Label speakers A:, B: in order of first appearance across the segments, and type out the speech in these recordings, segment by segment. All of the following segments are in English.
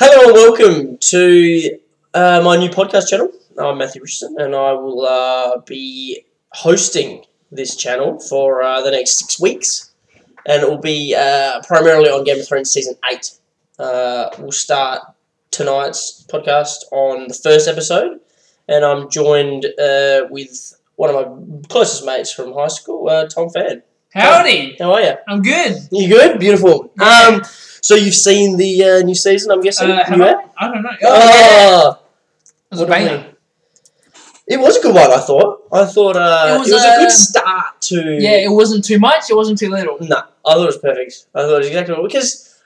A: and welcome to uh, my new podcast channel. I'm Matthew Richardson, and I will uh, be hosting this channel for uh, the next six weeks, and it will be uh, primarily on Game of Thrones season eight. Uh, we'll start tonight's podcast on the first episode, and I'm joined uh, with one of my closest mates from high school, uh, Tom Fan.
B: Howdy!
A: How are you?
B: I'm good.
A: You good? Beautiful. Um, so you've seen the uh, new season, I'm guessing.
B: Uh, have
A: You
B: I?
A: have?
B: I don't know.
A: Oh,
B: It was a
A: What do you
B: banger.
A: think? It was a good one, I thought. I thought uh,
B: It
A: it
B: was,
A: was, a
B: uh,
A: good start to.
B: Yeah, it wasn't too much. It wasn't too little.
A: Nah, I thought it was perfect. I thought it was exactly what. Because,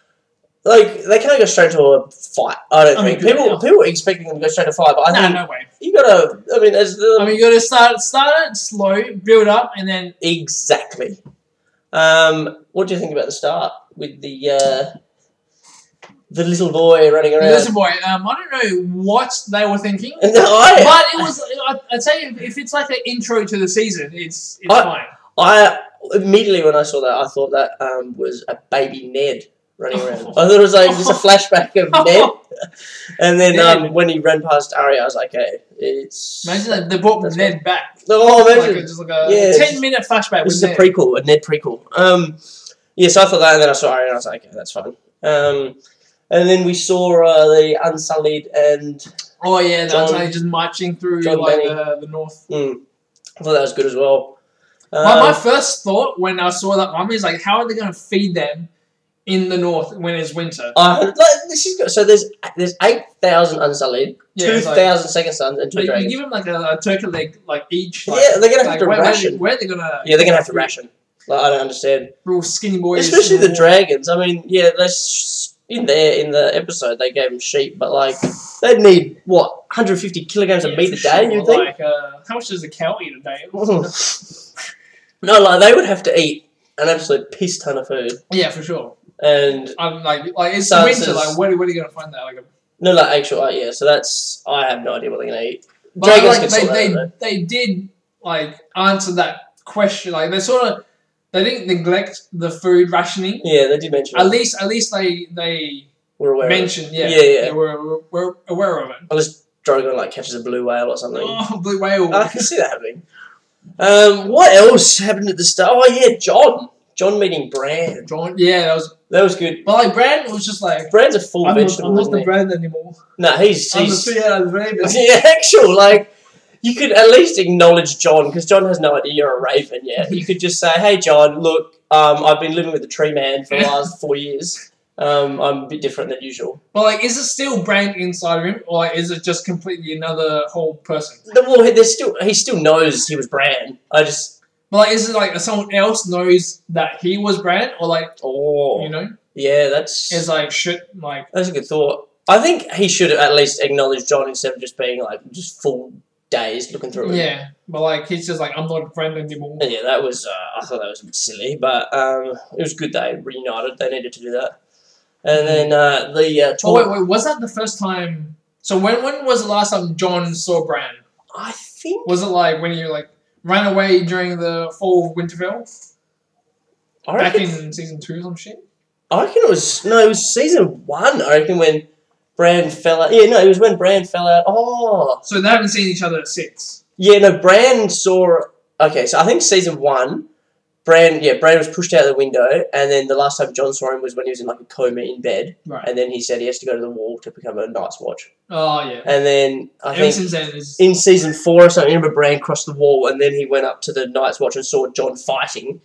A: like, they can't go straight to a fight, I don't
B: I mean,
A: think.
B: good,
A: People
B: yeah.
A: people were expecting them to go straight to fight, but I
B: no,
A: think
B: no way.
A: you gotta. I mean, as the.
B: I mean, you gotta start, start it slow, build up, and then
A: exactly. Um, what do you think about the start with the. Uh, the little boy running around?
B: listen, boy. Um, I don't know what they were thinking,
A: And I,
B: but it was. I, I'd say if, if it's like an intro to the season, it's it's
A: I-
B: fine.
A: I immediately when I saw that, I thought that um, was a baby Ned running around. I thought it was like just a flashback of Ned, and then
B: Ned.
A: um, when he ran past Arya, I was like, "Hey, it's
B: Imagine that they brought
A: That's
B: Ned back.
A: oh,
B: Like
A: imagine
B: a, just like a
A: Yeah, it's-
B: ten minute flashback.
A: this
B: with
A: is a
B: Ned.
A: prequel, a Ned prequel." Um, yeah, so I thought that, and then I saw Arya, and I was like, "Okay, that's fine." Um, and then we saw uh, the Unsullied, and
B: Oh yeah,
A: John-
B: that's like just marching through
A: John
B: like
A: Benny.
B: uh, the north.
A: mm, I thought that was good as well. Um,
B: my, my first thought when I saw that one is like, how are they going to feed them in the north when it's winter?
A: uh, like, this is good. So there's there's eight thousand Unsullied, two
B: it's like-
A: thousand Second Sons, and two
B: like,
A: dragons.
B: you give them like a, a turkey leg, like each. Like,
A: yeah, they're gonna have
B: like,
A: to
B: where,
A: ration.
B: Where, are they gonna?
A: yeah, they're gonna have to ration. Like, I don't understand,
B: Real skinny boys.
A: especially the
B: and-
A: dragons. I mean, yeah, that's in there in the episode they gave them sheep, but like they'd need what 150 kilograms
B: Yeah,
A: of meat a
B: for
A: day.
B: sure,
A: You think?
B: Like, uh, how much does a cow eat a day?
A: no, like they would have to eat an absolute piss ton of food,
B: yeah, for sure.
A: and
B: I'm like, like it's
A: So it
B: winter.
A: says-
B: like, where, where are you gonna find that? Like, uh, a,
A: no, like actual, uh, yeah. So that's I have no idea what they're gonna eat.
B: but
A: Dragons
B: like,
A: can
B: they
A: sort that out,
B: they,
A: though.
B: they did like answer that question. Like, they sort of they didn't neglect the food rationing.
A: Yeah, they did mention.
B: At
A: it.
B: least, at least they they
A: We're aware. Of it.
B: mentioned, yeah,
A: Yeah, yeah.
B: they were, were aware of it.
A: Unless Drogon like Ah. catches a blue whale or something.
B: Oh, blue whale.
A: I can see that happening. Um, what else happened at the start? Oh yeah, John. John meeting Bran.
B: John, yeah, that was.
A: That was good.
B: But like Brandon was just like,
A: Bran's a full
B: I'm not,
A: vegetable.
B: I'm not
A: isn't
B: the
A: he?
B: brand anymore.
A: No, he's
B: I'm the
A: he's
B: three out of the Ravens.
A: the actual like. You could at least acknowledge John because John has no idea you're a raven yet. You could just say, "Hey, John, look, um, I've been living with the tree man for the last four years. Um, I'm a bit different than usual."
B: But like, is it still brand inside of him, or like, is it just completely another whole person?
A: The- Well, there's still he still knows he was Bran. I just
B: But like, is it like someone else knows that he was brand, or like,
A: oh
B: you know,
A: yeah, that's
B: is like shit, like
A: That's a good thought. I think he should at least acknowledge John instead of just being like just full dazed looking through it.
B: yeah. But like, he's just like, I'm not a brand anymore.
A: And yeah, that was uh, I thought that was a bit silly, but um, it was good they reunited. They needed to do that. And then uh, the uh, tour.
B: Oh wait, wait, was that the first time? So when when was the last time John saw brand?
A: I think
B: Was it like when you like ran away during the fall of Winterfell
A: I
B: back
A: reckon,
B: in season two or some shit?
A: I reckon it was no, it was season one. I reckon when Brand fell out. Yeah, no, it was when Brand fell out. Oh,
B: So they haven't seen each other since.
A: yeah, no, Brand saw. Okay, so I think season one. Brand, yeah, Brand was pushed out the window, and then the last time John saw him was when he was in like a coma in bed.
B: Right.
A: and then he said he has to go to the wall to become a Night's Watch.
B: Oh yeah.
A: And then I
B: Ever
A: think
B: since then is
A: in season four or something, I remember Bran crossed the wall and then he went up to the Night's Watch and saw John fighting,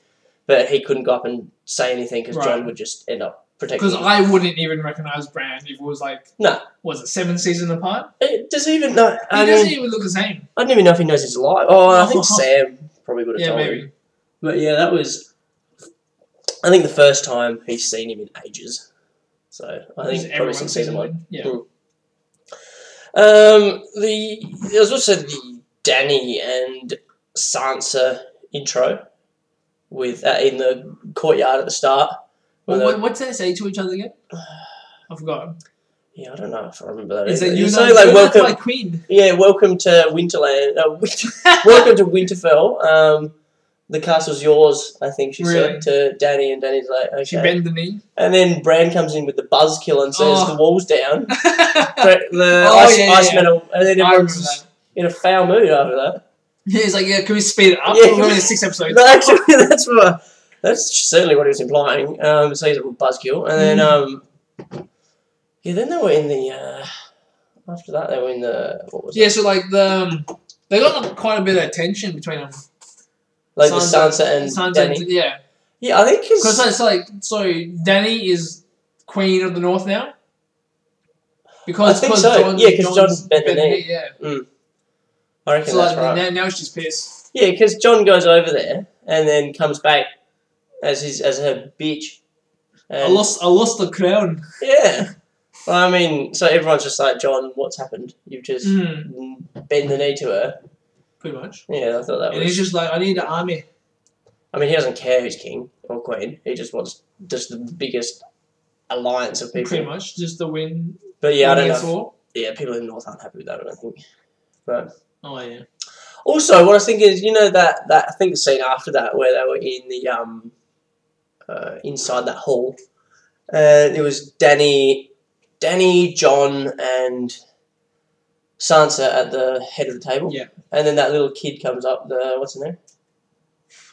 A: but he couldn't go up and say anything because
B: Right.
A: John would just end up protecting
B: because
A: him.
B: I wouldn't even recognize Bran if it was like
A: No.
B: was it seven seasons apart?
A: Eh, Does he even know?
B: He
A: I,
B: doesn't
A: mean,
B: even look the same.
A: I don't even know if he knows he's alive. Oh, I think Sam probably would have
B: Yeah,
A: told him.
B: maybe.
A: But yeah, that was. I think the first time he's seen him in ages. So I
B: Because
A: think probably
B: everyone
A: since
B: sees
A: season
B: him.
A: one. Hmm.
B: Yeah.
A: Um, the there was also the Danny and Sansa intro with uh, in the courtyard at the start.
B: Well,
A: Well,
B: what, what's they say to each other again? I forgot.
A: Yeah, I don't know if I remember that.
B: Is
A: either.
B: it
A: You
B: you
A: say
B: know,
A: like
B: you're not
A: welcome,
B: my queen?
A: yeah, welcome to Winterland. Uh, Winter, welcome to Winterfell. Um, the castle's yours, I think she said
B: Really?
A: to Danny, and Danny's like, okay.
B: She bent the knee.
A: and then Bran comes in with the buzzkill and says,
B: Oh.
A: the wall's down.
B: I
A: But the
B: Oh,
A: ice,
B: yeah, yeah,
A: ice
B: yeah.
A: metal, and then
B: remember
A: everyone's
B: that.
A: just in a foul mood after that.
B: Yeah, he's like, yeah, can we speed it up?
A: Yeah.
B: We're only six episodes.
A: But actually, that's what, that's certainly what he was implying. Um, so he's a buzzkill, and then um, yeah, then they were in the uh, after that they were in the what was it?
B: Yeah, so like the um, they got quite a bit of tension between them.
A: like the
B: Sansa-
A: Sansa and
B: Sansa
A: Danny.
B: yeah,
A: yeah, I think
B: because
A: because
B: it's like so Danny is queen of the North now. Because
A: I think
B: 'cause
A: so.
B: Jon-
A: Yeah, 'cause
B: Jon's
A: Jon bent the knee.
B: Yeah,
A: I reckon
B: so
A: that's
B: like,
A: right.
B: now, now she's pissed.
A: Yeah, because John goes over there and then comes back as his as her bitch.
B: I
A: And,
B: lost, I lost the crown.
A: Yeah. Well, I mean, so everyone's just like, John, what's happened? You've just
B: Mm,
A: bend the knee to her.
B: pretty much.
A: Yeah, I thought that
B: And he's
A: was.
B: just like, I need an army.
A: I mean, he doesn't care who's king or queen. He just wants just the biggest alliance of
B: Pretty
A: people.
B: much, just to win.
A: But yeah, I
B: win
A: don't know.
B: against
A: if-
B: all.
A: Yeah, people in the north aren't happy with that. I don't think.
B: Oh yeah.
A: Also, what I was thinking is, you know that that I think the scene after that where they were in the um, uh, inside that hall, and it was Danny, Danny, John, and Sansa at the head of the table.
B: Yeah.
A: And then that little kid comes up. The what's his name?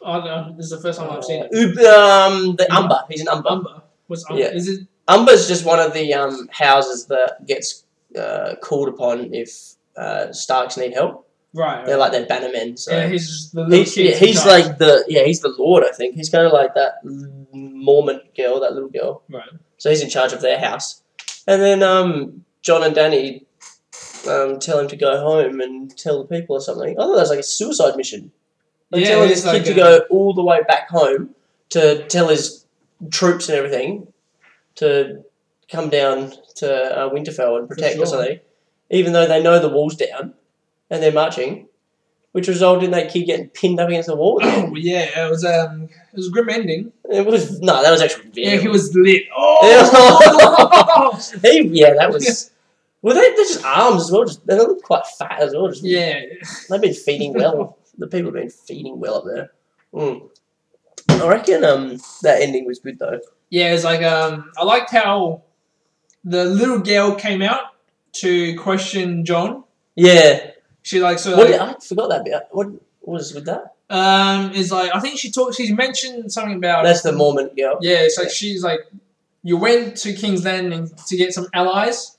A: Uh,
B: I don't know. This is the first time I've seen it.
A: Ub- um, the Umber. He's an Umber.
B: Umber. What's Umber?
A: Yeah.
B: Is it?
A: Umber's just one of the um, houses that gets uh, called upon if uh, Starks need help.
B: Right. right.
A: They're like their bannermen. So.
B: yeah, he's just the little
A: He's, yeah,
B: kid's in
A: he's
B: charge.
A: like the yeah he's the lord I think he's kind of like that l- Mormon girl that little girl
B: Right.
A: so he's in charge of their house and then um John and Danny um tell him to go home and tell the people or something I thought that was like a suicide mission like
B: Yeah,
A: telling
B: it is
A: this kid
B: like
A: to
B: a-
A: go all the way back home to tell his troops and everything to come down to uh, Winterfell and protect
B: sure.
A: or something even though they know the wall's down and they're marching. Which resulted in that kid getting pinned up against the wall.
B: Oh yeah, it was um, it was a grim ending.
A: It was no, that was actually
B: Yeah,
A: video.
B: he was lit. Oh,
A: He- yeah, that was. Well, they they're just arms as well. Just they look quite fat as well. Just,
B: yeah.
A: they've been feeding well. the people have been feeding well up there. Mm. I reckon um that ending was good though.
B: Yeah, it's like um, I liked how the little girl came out to question John.
A: Yeah.
B: She like so
A: What
B: like,
A: did, I forgot that bit. What was with that?
B: um is like I think she talked. She's mentioned something about
A: That's the Mormon girl.
B: Yeah, it's like she's like you went to King's Landing to get some allies,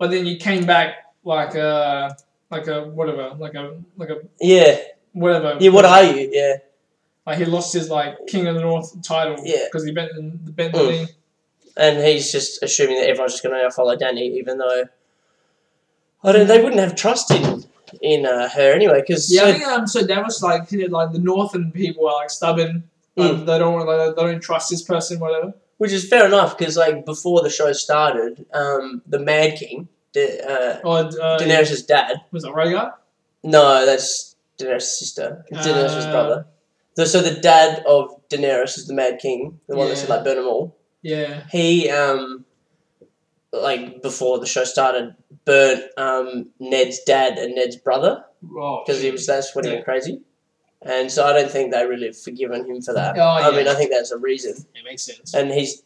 B: but then you came back like a like a whatever like a like a
A: Yeah.
B: whatever.
A: Yeah. What are you? Yeah.
B: Like he lost his like King of the North title
A: Yeah.
B: because he bent the bent the
A: Mm.
B: knee.
A: And he's just assuming that everyone's just going to follow Danny, even though I don't. They wouldn't have trust in in uh, her anyway. Because
B: Yeah, I think um, so. That was like you know, like the northern people are like stubborn. Like,
A: Mm.
B: They don't want like, they don't trust this person, whatever.
A: Which is fair enough, because like before the show started, um, the Mad King, da- uh,
B: Or uh,
A: Daenerys' dad.
B: was it Rhaegar?
A: No, that's Daenerys' sister. It's Daenerys'
B: Uh.
A: brother. The- so the dad of Daenerys is the Mad King, the one that said
B: Yeah.
A: like burn them all.
B: Yeah,
A: He, um, like before the show started, burnt um, Ned's dad and Ned's brother
B: oh,
A: because he was that's when he
B: Yeah.
A: went crazy. And so I don't think they really have forgiven him for that.
B: Oh,
A: I
B: yeah.
A: mean, I think that's a reason.
B: it makes sense.
A: and he's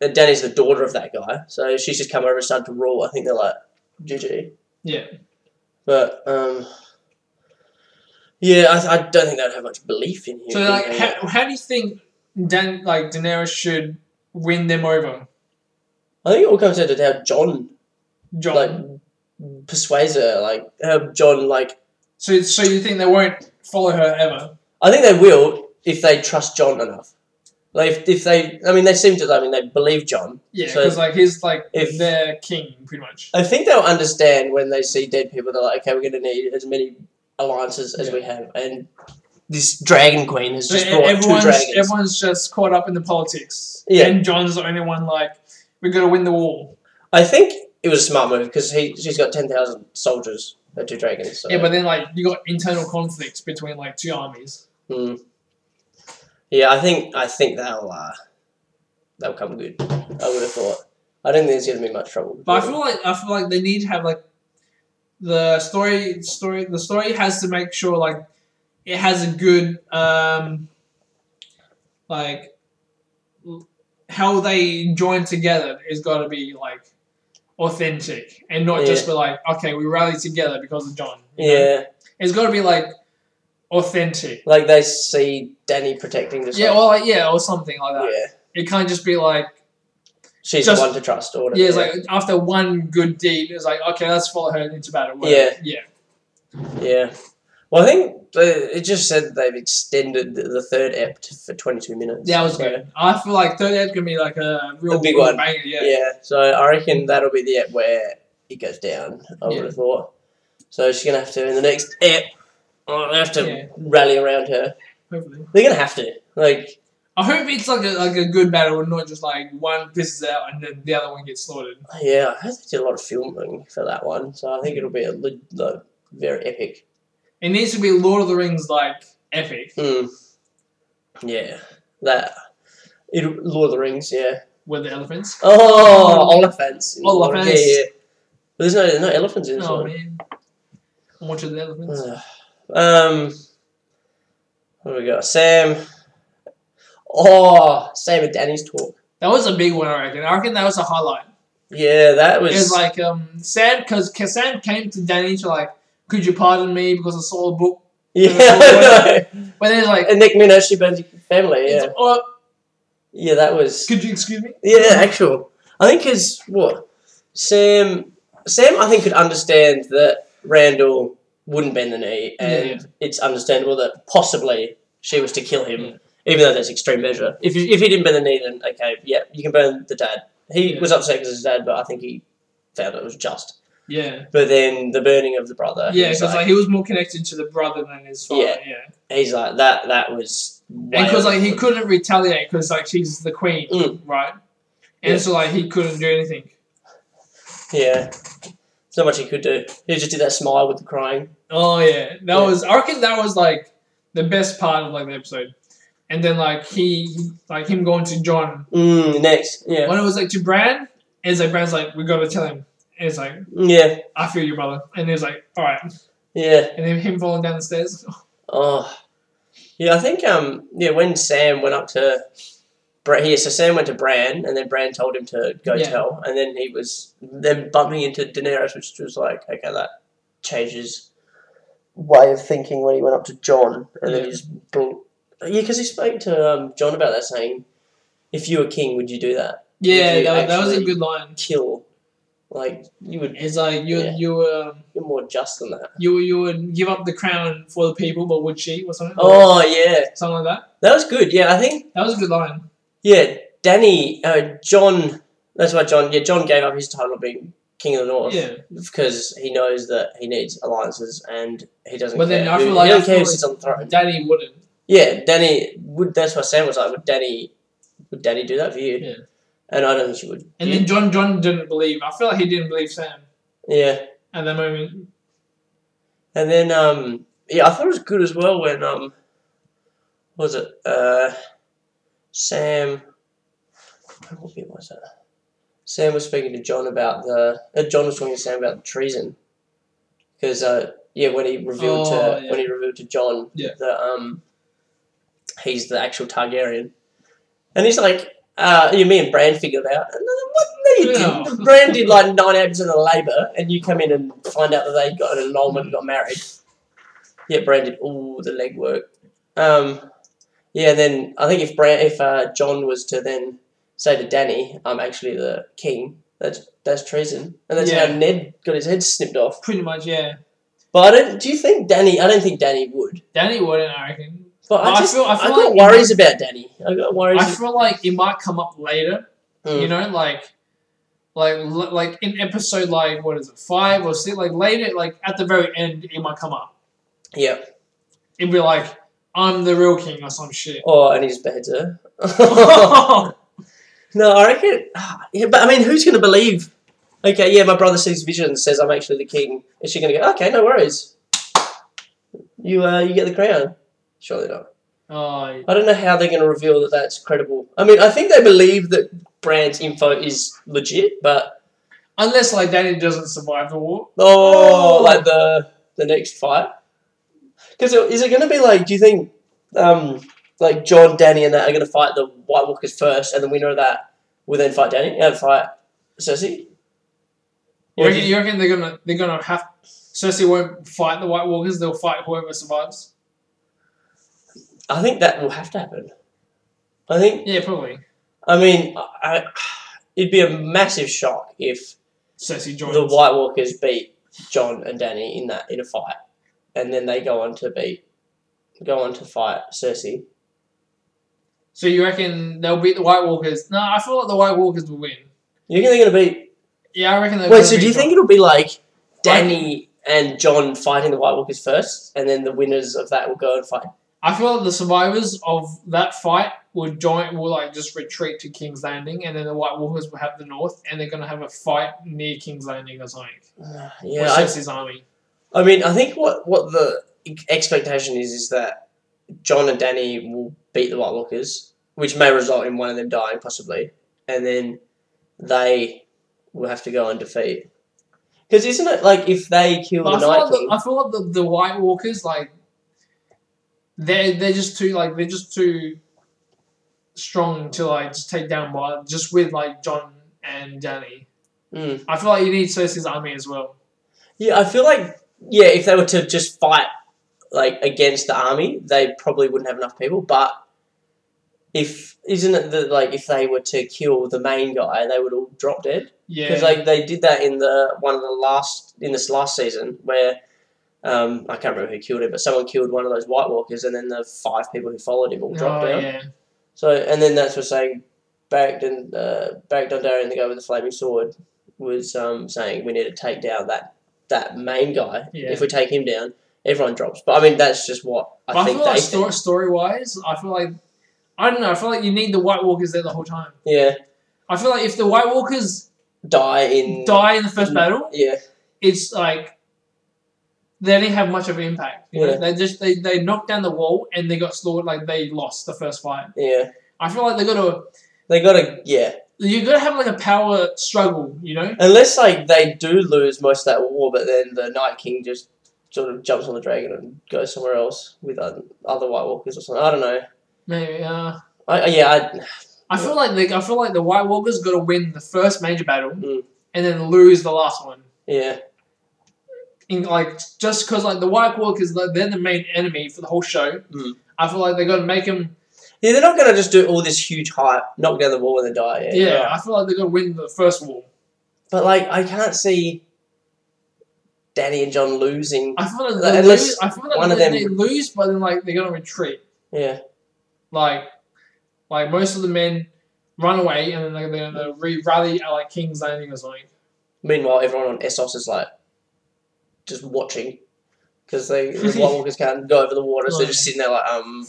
A: and Danny's the daughter of that guy, so she's just come over and started to rule. I think they're like, GG.
B: Yeah,
A: But um, yeah, I, I don't think they'd have much belief in him.
B: So like, how, how do you think Dan like Daenerys should win them over,
A: I think it all comes down to how John,
B: John?
A: like persuades her, like how John like.
B: so so you think they won't follow her ever?
A: I think they will if they trust John enough. Like if, if they, I mean, they seem to. I mean, they believe John.
B: Yeah,
A: So-
B: because like he's like
A: if-
B: their king pretty much.
A: I think they'll understand when they see dead people. They're like, okay, we're going to need as many alliances as
B: Yeah.
A: we have, and this dragon queen has
B: So
A: just
B: e-
A: brought two
B: everyone's
A: dragons.
B: everyone's just caught up in the politics.
A: Yeah.
B: and John's the only one like we got to win the war.
A: I think it was a smart move because he she's got ten thousand soldiers. They're two dragons. So.
B: Yeah, but then like you got internal conflicts between like two armies.
A: Mm. yeah, I think I think they'll uh, they'll come good. I would have thought. I don't think there's going to be much trouble.
B: But I feel like I feel like they need to have like the story story the story has to make sure like it has a good um like l- how they join together is got to be like authentic and not just be like okay we rallied together because of John. you know?
A: Yeah,
B: it's got to be like authentic.
A: like they see Danny protecting the
B: Yeah,
A: son.
B: or like yeah, or something like that.
A: yeah.
B: It can't just be like
A: She's
B: Just-
A: the one to trust or whatever.
B: yeah, it's like after one good deed, it's like okay, let's follow her into battle. whatever. yeah,
A: Yeah. Well, I think uh, it just said they've extended the- the third ep to- for 22 minutes.
B: yeah, that was
A: So,
B: good. I feel like third act gonna be like a real
A: A big
B: real
A: one.
B: banger. Yeah,
A: Yeah. So I reckon that'll be the ep where it goes down, I would
B: Yeah.
A: have thought. So she's going to have to, in the next ep, i have to
B: Yeah.
A: rally around her.
B: hopefully.
A: They're going to have to. Like,
B: I hope it's like a like a good battle and not just like one pisses out and then the other one gets slaughtered.
A: yeah, I heard they did a lot of filming for that one. So I think it'll be a le- like, very epic.
B: It needs to be Lord of the Rings like epic
A: Mm. Yeah. That. It, Lord of the Rings, yeah.
B: with the elephants.
A: Oh, elephants.
B: Um, Elephants.
A: Yeah, yeah. But there's no, no elephants in this
B: Oh
A: one.
B: man, I'm watching the elephants.
A: Hmm. um, what do we got? Sam. Oh, Sam and Danny's talk.
B: That was a big one, I reckon. I reckon that was a highlight.
A: Yeah, that
B: It
A: was.
B: was like um, sad because Sam came to Danny to like, could you pardon me because I saw a book?
A: yeah,
B: it
A: I know.
B: But then like,
A: and Nick Minaj, she burns your family.
B: it's,
A: Yeah,
B: oh,
A: yeah, that was.
B: could you excuse me?
A: Yeah, actual. I think is what Sam. Sam, I think could understand that Randall wouldn't bend the knee, and
B: Yeah.
A: it's understandable that possibly she was to kill him, even though that's extreme measure. If you, if he didn't bend the knee, then okay, yeah, you can burn the dad. He
B: Yeah.
A: was upset because his dad, but I think he found it was just.
B: Yeah,
A: But then the burning of the brother. he
B: yeah,
A: was
B: because like he was more connected to the brother than his father. Yeah,
A: Yeah. he's like that. That was. way
B: and because like he
A: over.
B: couldn't retaliate because like she's the queen,
A: Mm.
B: right? And
A: Yeah.
B: so like he couldn't do anything.
A: Yeah. There's not much he could do. He just did that smile with the crying.
B: Oh yeah, that
A: Yeah.
B: was. I reckon that was like the best part of like the episode. And then like he, like him going to John
A: Mm, next. Yeah.
B: when it was like to Brand, it's like Brand's like we gotta tell him. And it's like
A: Yeah.
B: I feel you, brother. And he was like, all right.
A: Yeah.
B: And then him falling down the stairs.
A: Oh. Yeah, I think um yeah, when Sam went up to Bra- yeah, so Sam went to Bran and then Bran told him to go
B: Yeah.
A: tell and then he was then bumping into Daenerys, which was like, okay, that changes way of thinking when he went up to John and then
B: Yeah.
A: he just bl- yeah, because he spoke to um, John about that saying, if you were king, would you do that?
B: Yeah,
A: you
B: that, that was a
A: actually-
B: good line.
A: Kill. Like you would
B: It's like you
A: Yeah.
B: you um,
A: you're more just than that.
B: you you would give up the crown for the people, but would she or something? Or
A: Oh yeah.
B: something like that.
A: That was good. Yeah, I think
B: That was a good line.
A: Yeah, Danny, uh, John. That's why John. Yeah, John gave up his title of being king of the north
B: Yeah,
A: because he knows that he needs alliances and he doesn't.
B: But
A: care.
B: then I
A: who-
B: feel like-
A: he
B: I
A: doesn't care who
B: feel
A: sits on the throne.
B: Daddy wouldn't.
A: Yeah, Danny would. That's what Sam was like. Would Danny? Would Danny do that for you?
B: Yeah.
A: And I don't think she would.
B: And
A: You-
B: then John John didn't believe. I feel like he didn't believe Sam
A: yeah,
B: at that moment.
A: and then um, yeah, I thought it was good as well when um, what was it uh, Sam? What bit was that? Sam was speaking to John about the. Uh, John was talking to Sam about treason, because uh, yeah, when he revealed
B: Oh,
A: to
B: yeah.
A: when he revealed to John
B: Yeah.
A: that um, he's the actual Targaryen, and he's like, uh, you me and Bran figured it out. And then, what? No, you
B: No.
A: didn't. Bran did like ninety percent of the labour, and you come in and find out that they got an annulment and got married. Yeah, Bran did all the legwork. Um, yeah, and then I think if Bran, if uh, John was to then say to Danny, "I'm actually the king," that's that's treason, and that's
B: Yeah.
A: how Ned got his head snipped off.
B: Pretty much, yeah.
A: But I don't. Do you think Danny? I don't think Danny would.
B: Danny wouldn't. I reckon.
A: But
B: Well, I
A: I just, I
B: feel- I feel
A: have got
B: like-
A: worries about Danny. I got worries.
B: I feel like it might come up later.
A: Mm.
B: you know like like l- like in episode like what is it five or six like later like at the very end it might come up
A: yeah.
B: it'd be like i'm the real king or some shit
A: Oh, and he's better.
B: yeah
A: No, I reckon. ah, Yeah, but I mean, who's going to believe? Okay, yeah, my brother sees visions, says I'm actually the king. Is she going to go? Okay, no worries. You, uh, you get the crown. Surely not.
B: oh,
A: I don't know how they're going to reveal that that's credible. I mean, I think they believe that Brand's info is legit, but
B: unless like danny doesn't survive the war
A: oh,
B: Oh.
A: like the the next fight. Because is it going to be like? Do you think um, like John, Danny, and that are gonna fight the White Walkers first, and the winner of that will then fight Danny and fight Cersei. You
B: You
A: know,
B: reckon,
A: do you-
B: you reckon they're gonna they're gonna have Cersei won't fight the White Walkers. They'll fight whoever survives.
A: I think that will have to happen. I think.
B: Yeah, probably.
A: I mean, I, it'd be a massive shock if
B: Cersei joins.
A: the White Walkers beat John and Danny in that in a fight, and then they go on to beat, go on to fight Cersei.
B: so you reckon they'll beat the White Walkers? No, I feel like the White Walkers will win.
A: You think they're gonna beat?
B: Yeah, I reckon. they're
A: Wait,
B: gonna
A: so do
B: beat
A: you think it'll be like Danny and John fighting the White Walkers first, and then the winners of that will go and fight?
B: I feel like the survivors of that fight will join, will like just retreat to King's Landing, and then the White Walkers will have the North, and they're gonna have a fight near King's Landing or something.
A: Uh,
B: Yeah,
A: yeah,
B: with
A: I,
B: Cersei's army.
A: I mean, I think what what the expectation is is that John and Danny will beat the White Walkers, which may result in one of them dying possibly, and then they will have to go and defeat. Because isn't it like if they kill
B: But I
A: the
B: feel
A: Night
B: like
A: King?
B: the, I feel like the, the White Walkers like they they're just too like they're just too strong to like just take down by just with like John and Danny.
A: Mm.
B: I feel like you need Cersei's army as well.
A: Yeah, I feel like yeah, if they were to just fight like against the army, they probably wouldn't have enough people. But if isn't it that like if they were to kill the main guy, they would all drop dead.
B: Yeah,
A: because like they did that in the one of the last in this last season where um, I can't remember who killed him, but someone killed one of those White Walkers, and then the five people who followed him all dropped
B: oh,
A: down.
B: yeah.
A: So and then that's what saying Barrack and uh, Barrack Dondarrion, the guy with the flaming sword, was um, saying we need to take down that that main guy.
B: Yeah.
A: If we take him down, everyone drops. But I mean that's just what I
B: But I,
A: think
B: feel
A: they
B: like
A: think.
B: story, story wise, I feel like I don't know. I feel like you need the White Walkers there the whole time.
A: Yeah,
B: I feel like if the White Walkers
A: die in
B: die in the first
A: Mm.
B: battle,
A: Yeah,
B: it's like they didn't have much of an impact. You know?
A: Yeah.
B: They just they, they knocked down the wall and they got slaughtered. Like they lost the first fight.
A: yeah.
B: I feel like they got to
A: They gotta yeah.
B: you got to have like a power struggle. You know.
A: Unless like they do lose most of that war, but then the Night King just sort of jumps on the dragon and goes somewhere else with oth- other White Walkers or something. I don't know.
B: Maybe. Uh,
A: I, I- yeah, I,
B: I feel like they, I feel like the White Walkers got to win the first major battle
A: Mm.
B: and then lose the last one.
A: yeah,
B: in like just because like the White Walkers like, they're the main enemy for the whole show.
A: Mm.
B: I feel like they're gonna make them.
A: yeah. They're not gonna just do all this huge hype, knock down the wall, and then die. Yeah,
B: Yeah,
A: you're right.
B: I feel like they're gonna win the first war.
A: But like, I can't see Danny and John losing.
B: I feel like
A: Like,
B: they
A: unless
B: lose. I feel like
A: one
B: they,
A: of them-
B: they lose, but then like they're gonna retreat.
A: Yeah,
B: Like, like most of the men run away, and then like, they're gonna re rally at like King's Landing or something.
A: Meanwhile, everyone on Essos is like just watching because they the White Walkers can't go over the water, so they're just sitting there like um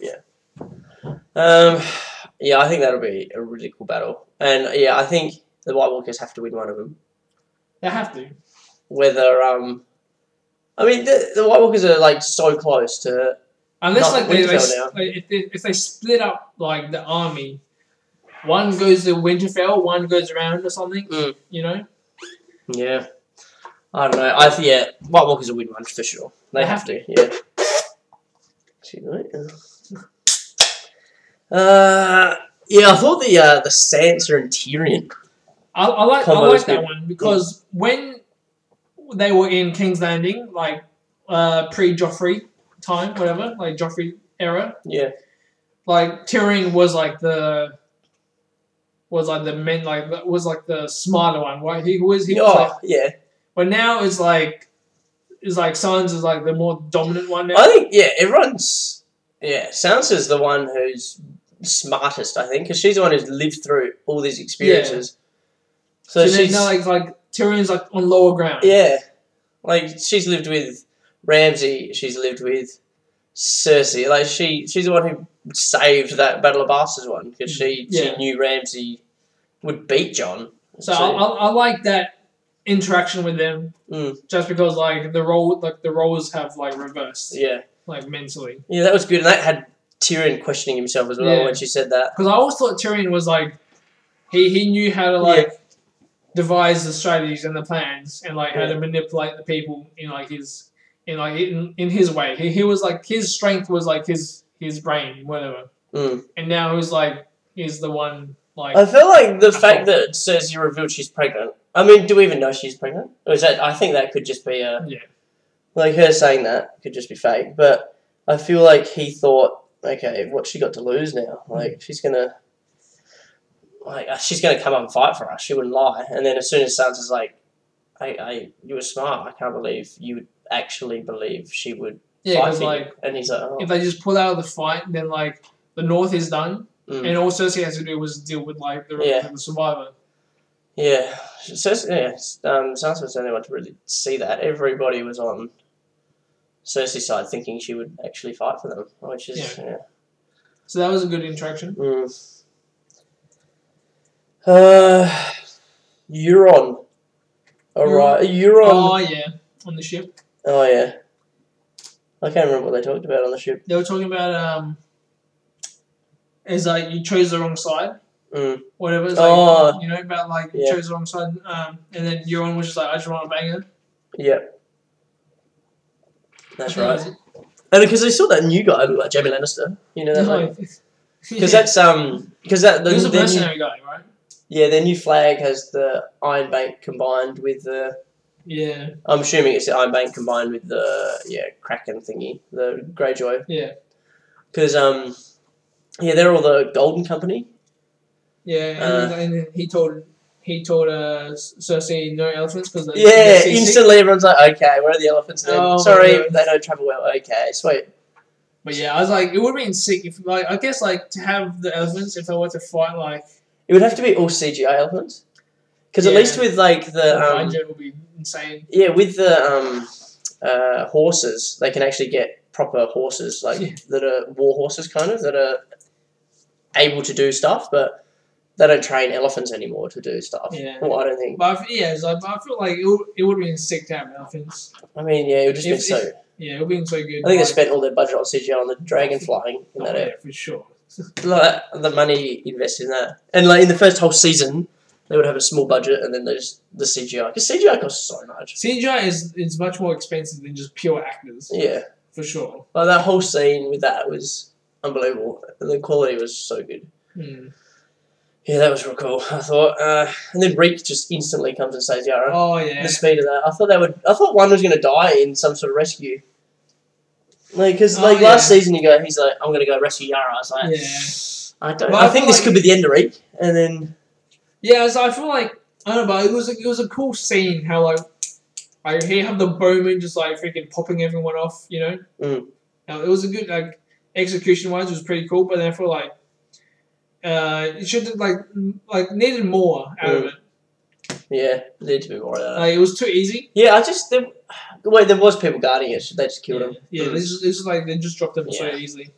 A: yeah. Um yeah, I think that'll be a really cool battle, and yeah, I think the White Walkers have to win one of them.
B: They have to.
A: Whether um, I mean the, the White Walkers are like so close to Not
B: Unless like they, they,
A: Winterfell now.
B: they if, they, if they split up like the army, one goes to Winterfell, one goes around or something.
A: Mm.
B: You know,
A: yeah. I don't know. I th- yeah, White Walkers will win one for sure. They
B: They
A: have
B: have
A: to. Yeah. Excuse me. Uh, yeah, I thought the uh, the Sansa and Tyrion
B: I, I like I
A: Combo
B: like
A: is
B: that
A: good.
B: one because when they were in King's Landing, like uh, pre Joffrey time, whatever, like Joffrey era,
A: Yeah,
B: like Tyrion was like the was like the men like that was like the smarter one, right? He was he was like,
A: oh, yeah.
B: but now it's like it's like Sansa is like the more dominant one now.
A: I think yeah, everyone's yeah. Sansa's the one who's smartest, I think, because she's the one who's lived through all these experiences. So
B: So then
A: she's
B: now like like Tyrion's like on lower ground.
A: yeah, like she's lived with Ramsay. She's lived with Cersei. Like she, she's the one who saved that Battle of Bastards one because she she
B: Mm, Yeah.
A: knew Ramsay would beat John.
B: So I, I, I like that interaction with them
A: Mm.
B: just because like the role like the roles have like reversed
A: yeah,
B: like mentally
A: yeah, that was good, and that had Tyrion questioning himself as well
B: Yeah.
A: when she said that.
B: because I always thought Tyrion was like he he knew how to like devise the strategies and the plans and like how
A: Yeah.
B: to manipulate the people in like his in like in, in his way he, he was like his strength was like his his brain, whatever.
A: Mm.
B: And now he's like, he's the one like
A: I feel like the fact that it says you revealed she's pregnant. I mean, do we even know she's pregnant? Or is that? I think that could just be a
B: Yeah.
A: like her saying that could just be fake. But I feel like he thought, okay, what's she got to lose now?
B: Hmm.
A: Like she's gonna, like uh, she's gonna come up and fight for us. She wouldn't lie. And then as soon as Sansa's like, I, I, you were smart. I can't believe you would actually believe she would
B: yeah,
A: fight
B: because
A: for
B: like
A: you. And he's like, oh,
B: if they just pull out of the fight, then like the North is done,
A: mm.
B: and all Cersei has to do was deal with like the,
A: Yeah.
B: the survivor.
A: Yeah, so yeah, um, Sansa was the only one to really see that. Everybody was on Cersei's side, thinking she would actually fight for them, which is yeah.
B: So that was a good interaction.
A: Mm. Uh, Euron. Alright, Euron.
B: Oh yeah, on the ship
A: Oh yeah, I can't remember what they talked about on the ship.
B: they were talking about um, is like you chose the wrong side,
A: Mm.
B: whatever. It's like,
A: Oh.
B: you know about like you
A: Yeah.
B: chose the wrong side, um, and then Euron was just like, I just want to bang her.
A: Yep, that's
B: And
A: right.
B: that was it.
A: And because they saw that new guy look like Jamie Lannister, you know that.
B: Like,
A: Because
B: yeah.
A: that's um, because that the,
B: he was a
A: their new-
B: mercenary guy, right?
A: Yeah, their new flag has the Iron Bank combined with the.
B: Yeah,
A: I'm assuming it's the Iron Bank combined with the yeah Kraken thingy, the Greyjoy,
B: yeah,
A: because um, yeah, they're all the Golden Company.
B: yeah. And,
A: Uh.
B: then, and then he told he told uh, Cersei no elephants because
A: Yeah, instantly everyone's like, okay, where are the elephants? Then?
B: Oh my
A: Sorry,
B: God.
A: they don't travel well. Okay, sweet.
B: But yeah, I was like, it would have been sick if, like, I guess, like, to have the elephants if they were to fight, like,
A: It would have to be all CGI elephants, because at
B: Yeah.
A: least with like
B: the
A: the um,
B: budget would be insane.
A: yeah, with the um, uh, horses, they can actually get proper horses, like
B: Yeah.
A: that are war horses, kind of that are able to do stuff, but they don't train elephants anymore to do stuff.
B: Yeah.
A: Well, I don't think.
B: But I, f- yeah, it's like, but I feel like it would, it would have been sick to have elephants.
A: I mean, yeah, it would just
B: If-
A: been so.
B: if- Yeah, it would have been so good.
A: I think they
B: like,
A: spent all their budget on CGI on the dragon flying in
B: oh,
A: that area.
B: yeah, for sure.
A: Like, the money invested in that, and like in the first whole season, they would have a small budget, and then there's the CGI because CGI costs so much.
B: CGI is, is much more expensive than just pure actors,
A: Yeah.
B: for sure.
A: Like that whole scene with that was unbelievable. The quality was so good.
B: Hmm.
A: Yeah, that was real cool. I thought, uh, and then Reek just instantly comes and saves Yara.
B: Oh, yeah.
A: The speed of that, I thought that would. I thought one was going to die in some sort of rescue. Like, because
B: Oh,
A: like last
B: yeah.
A: season, you go, he's like, I'm going to go rescue Yara. I was like,
B: Yeah.
A: I don't.
B: But
A: I,
B: I
A: think
B: feel
A: this
B: like-
A: could be the end of Reek, and then
B: Yeah, so I feel like I don't know, but it was a, it was a cool scene how like I here have the bowman just like freaking popping everyone off, you know.
A: Mm.
B: Now, it was a good like execution wise, it was pretty cool, but then I feel like uh, it should have like m- like needed more out of
A: Mm.
B: it.
A: yeah, there needs to be more of that.
B: Like it was too easy.
A: yeah, I just there, wait. There was people guarding it. so They just killed
B: yeah,
A: him.
B: yeah
A: Mm.
B: it's just it's just like they just dropped them so
A: Yeah.
B: easily.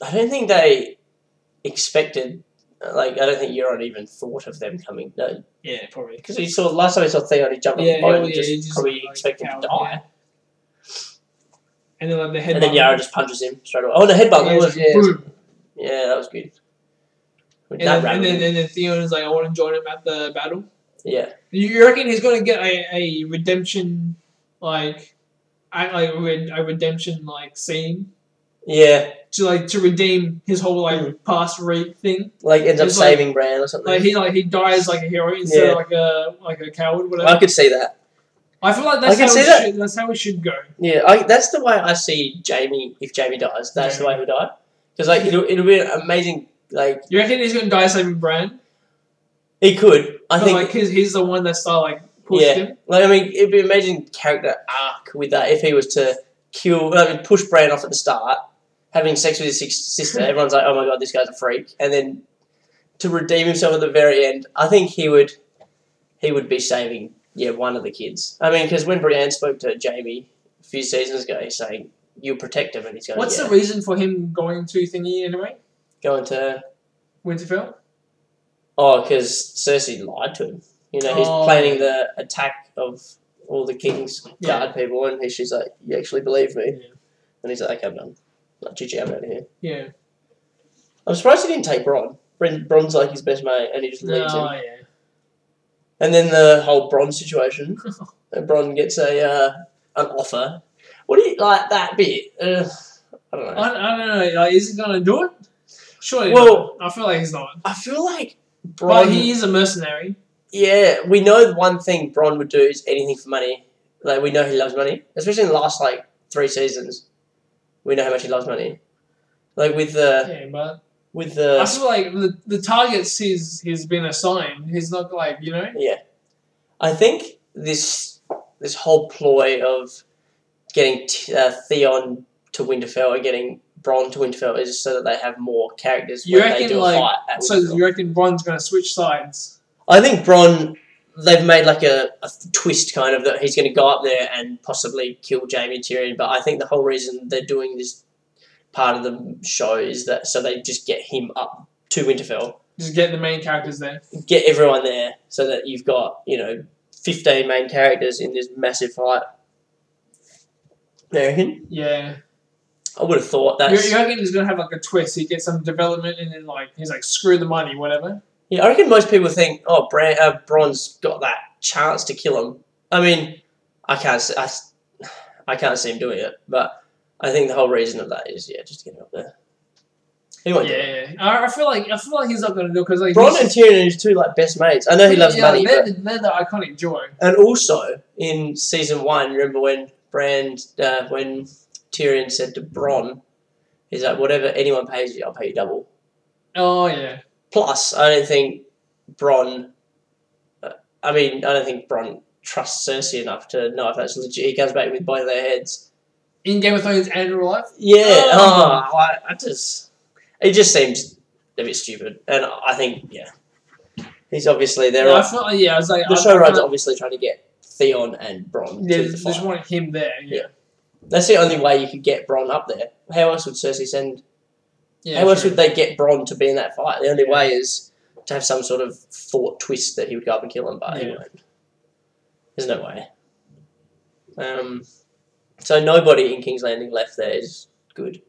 A: I don't think they expected. Like, I don't think Euron even thought of them coming. No,
B: Yeah, probably.
A: Because he saw last time he saw Theon, he jumped on
B: Yeah,
A: the boat
B: yeah,
A: and
B: yeah,
A: just
B: he just,
A: probably
B: like,
A: expected to
B: cowered,
A: die.
B: And then like the head.
A: And then Yara just punches him straight away. Oh, no, headbutt. that was, yeah,
B: boom.
A: yeah, that was good. With that
B: And, then, and,
A: rattling.
B: then, and then Theon is like, I want to join him at the battle.
A: yeah.
B: You- You reckon he's gonna get a, a redemption, like, I like re- a redemption like scene
A: Yeah.
B: to like to redeem his whole like
A: Hmm.
B: past rape thing.
A: Like, ends up
B: It's like-
A: saving Bran or something.
B: Like he like he dies like a hero instead
A: Yeah.
B: of like a like a coward. Whatever.
A: I could see that.
B: I feel like that's
A: I can
B: how
A: see
B: it
A: that.
B: should, that's how it should go.
A: Yeah, I, that's the way I see Jamie. If Jamie dies, that's the way he'll die. Because, like, it'll, it'll be an amazing. Like,
B: You reckon he's gonna die saving Bran?
A: he could. I
B: But,
A: think.
B: like he's, he's the one that started like pushed
A: Yeah.
B: him.
A: Like I mean, it'd be an amazing character arc with that if he was to kill, I mean, push Bran off at the start, having sex with his sis- sister. Everyone's like, "Oh my god, this guy's a freak," and then to redeem himself at the very end, I think he would, he would be saving yeah one of the kids. I mean, because when Brienne spoke to Jamie a few seasons ago, he's saying you'll protect him, and he's going,
B: What's
A: yeah,
B: the reason for him going to thingy anyway?
A: going to
B: Winterfell.
A: oh, because Cersei lied to him. You know, he's
B: Oh.
A: planning the attack of all the king's guard
B: Yeah.
A: people, and he, she's like, "You actually believe me?"
B: Yeah.
A: And he's like, okay, I'm done. Like, GG, I'm out of here.
B: Yeah.
A: I'm surprised he didn't take Bron. Bron- Bron's like his best mate, and he just leaves
B: No,
A: him.
B: yeah.
A: And then the whole Bron situation. and Bron gets a uh, an offer. What do you like that bit? Uh, I don't know.
B: I, I don't know. Like, is he gonna do it? Surely.
A: Well-
B: not. I feel like he's not.
A: I feel like Bron.
B: But he is a mercenary.
A: yeah, we know one thing Bron would do is anything for money. Like we know he loves money, especially in the last like three seasons. We know how much he loves money. Like with the
B: Yeah, but
A: with
B: I
A: the
B: feel like the, the targets he's he's been assigned. He's not like you know.
A: I think this this whole ploy of getting T- uh, Theon to Winterfell and getting Bron to Winterfell is so that they have more characters
B: You
A: when they
B: reckon,
A: do a
B: like,
A: fight. At
B: So
A: Winterfell.
B: you reckon Bron's gonna switch sides?
A: I think Bron, they've made like a, a twist kind of that he's going to go up there and possibly kill Jamie and Tyrion. But I think the whole reason they're doing this part of the show is that so they just get him up to Winterfell,
B: Just get the main characters there.
A: get everyone there, so that you've got you know fifteen main characters in this massive fight. You reckon?
B: Yeah.
A: I would have thought
B: You,
A: that's.
B: you reckon he's gonna have like a twist? He gets some development and then like he's like screw the money, whatever.
A: Yeah, I reckon most people think, oh, Bran, uh, Bron's got that chance to kill him. I mean, I can't, see, I, s- I can't see him doing it, but I think the whole reason of that is, yeah, just to get him up there. He won't do it.
B: Yeah. I, I feel like I feel like he's not gonna do because like
A: Bron
B: he's-
A: and Tyrion are two like best mates. I know he loves
B: yeah,
A: money,
B: They're,
A: but,
B: the, they're the iconic duo.
A: and also in season one, remember when Bran, uh, when Tyrion said to Bron, he's like, whatever anyone pays you, I'll pay you double.
B: Oh yeah.
A: Plus, I don't think Bron. uh, I mean, I don't think Bron trusts Cersei enough to know if that's legit. He comes back with both their heads.
B: In Game of Thrones and real life.
A: Yeah.
B: Oh.
A: Oh, I, I just. It just seems a bit stupid, and I think yeah, he's obviously there.
B: yeah, I feel like, yeah, I was like
A: the
B: I- I
A: showrunner's
B: kinda-
A: obviously trying to get Theon and Bron.
B: Yeah,
A: to
B: they
A: the
B: just
A: fight.
B: wanted him there. Yeah.
A: That's the only way you could get Bron up there. How else would Cersei send?
B: Yeah.
A: how else
B: true.
A: would they get Bron to be in that fight? The only
B: Yeah.
A: way is to have some sort of thought twist that he would go up and kill him, but he
B: Yeah.
A: won't. There's no way. Um, so nobody in King's Landing left there is good.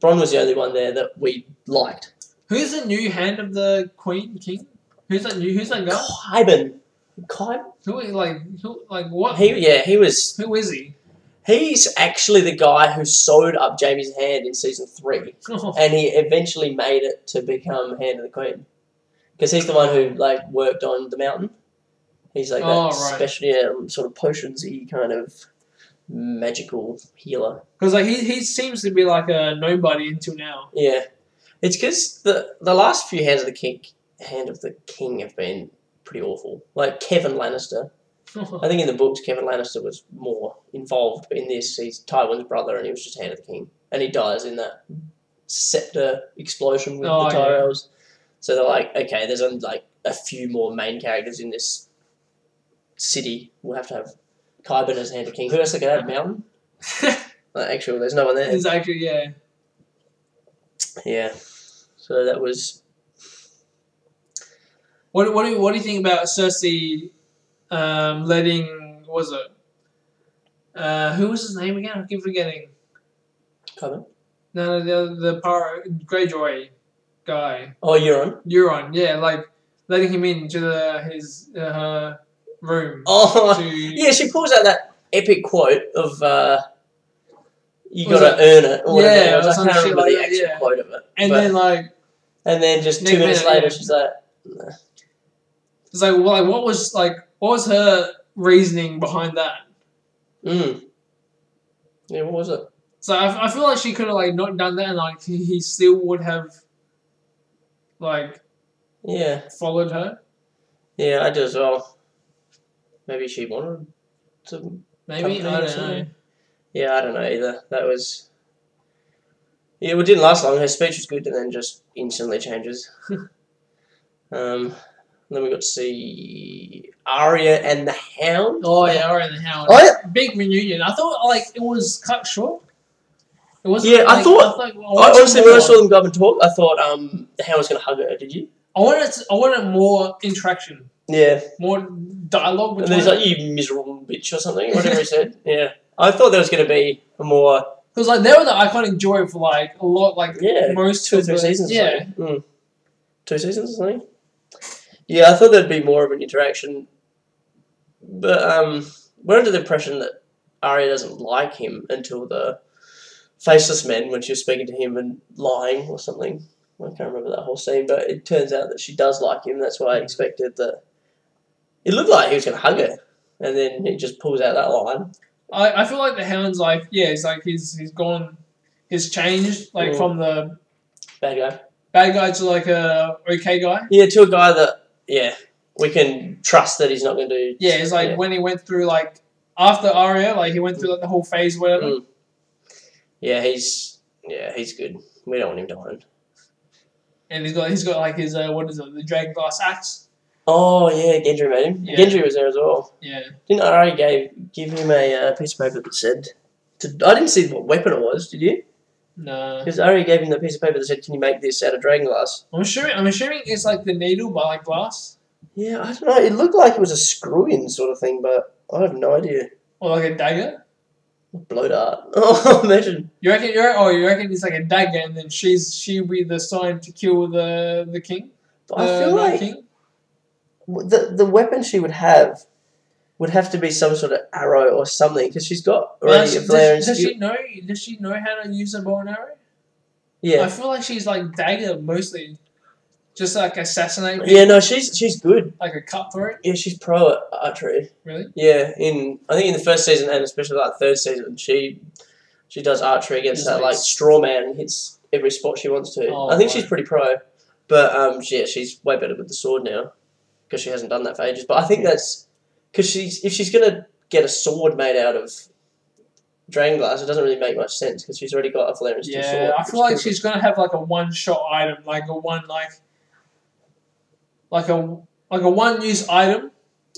A: Bron was the only one there that we liked.
B: Who's the new hand of the Queen King? Who's that new? Who's that guy?
A: Kyben. Kyben?
B: Who is like who like what?
A: He, yeah, he was.
B: who is he?
A: He's actually the guy who sewed up Jamie's hand in season three. and he eventually made it to become Hand of the Queen because he's the one who like worked on the mountain. He's like that
B: Oh, right.
A: special, yeah, um, sort of potionsy kind of magical healer.
B: Because like he, he seems to be like a nobody until now.
A: Yeah, it's because the the last few Hands of the King, Hand of the King, have been pretty awful. Like Kevin Lannister, I think in the books Kevin Lannister was more involved, but in this he's Tywin's brother and he was just Hand of the King, and he dies in that scepter explosion with
B: Oh,
A: the
B: yeah.
A: Tyrells. So they're like, okay, there's only like a few more main characters in this city. We'll have to have Kyburn as Hand of King. Who else they could have? Mountain? Like, actually, there's no one there.
B: It's actually yeah.
A: Yeah. So that was
B: What what do you, what do you think about Cersei um, letting what was it? Uh, who was his name again? I keep forgetting.
A: Kyburn.
B: No, no, the other- the power Greyjoy guy,
A: Oh, Euron.
B: Euron. Yeah, like letting him into the his uh, her room.
A: Oh,
B: to,
A: Yeah, she pulls out that epic quote of uh, "You
B: Was
A: gotta earn it." Or whatever
B: Yeah,
A: it was.
B: or
A: I
B: some
A: can't
B: shit
A: remember
B: like
A: the
B: that,
A: actual
B: yeah.
A: quote of it.
B: and
A: but-
B: then like
A: and then just two minutes
B: Next minute,
A: later,
B: yeah.
A: she's like, "Nah."
B: it's like well, like what was like what was her reasoning behind that?
A: "Mm." Yeah, what was it?
B: So I, I feel like she could have like not done that, and like he, he still would have like
A: Yeah,
B: followed her.
A: yeah, I do as well. Maybe she wanted to.
B: Maybe
A: Company
B: I
A: or
B: don't know.
A: something. Yeah, I don't know either. That was. Yeah, well, it didn't last long. Her speech was good, and then just instantly changes. um, then we got to see Arya and the Hound.
B: Oh yeah, all right, the Howard.
A: I
B: Big reunion. I thought like it was cut short. It wasn't.
A: Yeah, I
B: like-
A: thought-
B: like,
A: I
B: wanted
A: honestly, when I
B: more.
A: saw them go up and talk, I thought um, the hound was going to hug her. Did you?
B: I wanted I wanted more interaction,
A: Yeah.
B: more dialogue
A: And then he's
B: between.
A: like, "You miserable bitch" or something, whatever he said. Yeah. I thought there was going to be a more
B: Because like they were the iconic duo for like a lot, like
A: yeah
B: most
A: two or
B: of
A: three
B: the-
A: seasons. or
B: Yeah,
A: something. Mm. Two seasons or something. Yeah, I thought there'd be more of an interaction, but um, we're under the impression that Arya doesn't like him until the Faceless Men when she was speaking to him and lying or something. I can't remember that whole scene, but it turns out that she does like him. That's why I expected that. It looked like he was going to hug her, and then it just pulls out that line.
B: I, I feel like the Hound's like yeah, it's like he's he's gone, he's changed like
A: Mm.
B: from the
A: Bad guy.
B: bad guy to like a okay guy.
A: Yeah, to a guy that yeah we can trust that he's not going to do.
B: Yeah, it's like
A: Yeah.
B: when he went through like after Arya, like he went through like the whole phase whatever.
A: Mm. Yeah, he's yeah he's good. We don't want him dying.
B: and he's got he's got like his uh, what is it the dragon glass axe
A: Oh yeah, Gendry made him.
B: Yeah.
A: Gendry was there as well.
B: yeah
A: Didn't I gave give him a uh, piece of paper that said? To, I didn't see what weapon it was. Did you?
B: no
A: Because Ari gave him the piece of paper that said, "Can you make this out of dragon glass?"
B: I'm assuming I'm assuming it's like the needle by like glass
A: Yeah, I don't know. It looked like it was a screw-in sort of thing, but I have no idea.
B: or like a dagger
A: Blow dart. Oh, imagine.
B: you reckon you're oh you reckon it's like a dagger and then she's she'll be the sign to kill the the king
A: But I
B: the
A: feel
B: Night
A: like
B: king
A: w- the the weapon she would have would have to be some sort of arrow or something, because she's got already
B: does,
A: a flare and
B: does, does
A: steel.
B: she know does she know how to use a bow and arrow I
A: Yeah.
B: feel like she's like dagger mostly just like assassinate people,
A: Yeah, no, she's she's good.
B: like a cutthroat
A: Yeah, she's pro at archery.
B: really
A: Yeah, in I think in the first season and especially like third season, she she does archery against
B: Just
A: that like
B: like-
A: straw man and hits every spot she wants to.
B: Oh,
A: I think
B: right.
A: she's pretty pro, but um, she- yeah, she's way better with the sword now because she hasn't done that for ages. But I think that's because she's if she's gonna get a sword made out of drain glass, it doesn't really make much sense because she's already got a Flamer's sword.
B: Yeah, I
A: which
B: feel like
A: could-
B: she's gonna have like a one shot item, like a one like like a like a one use item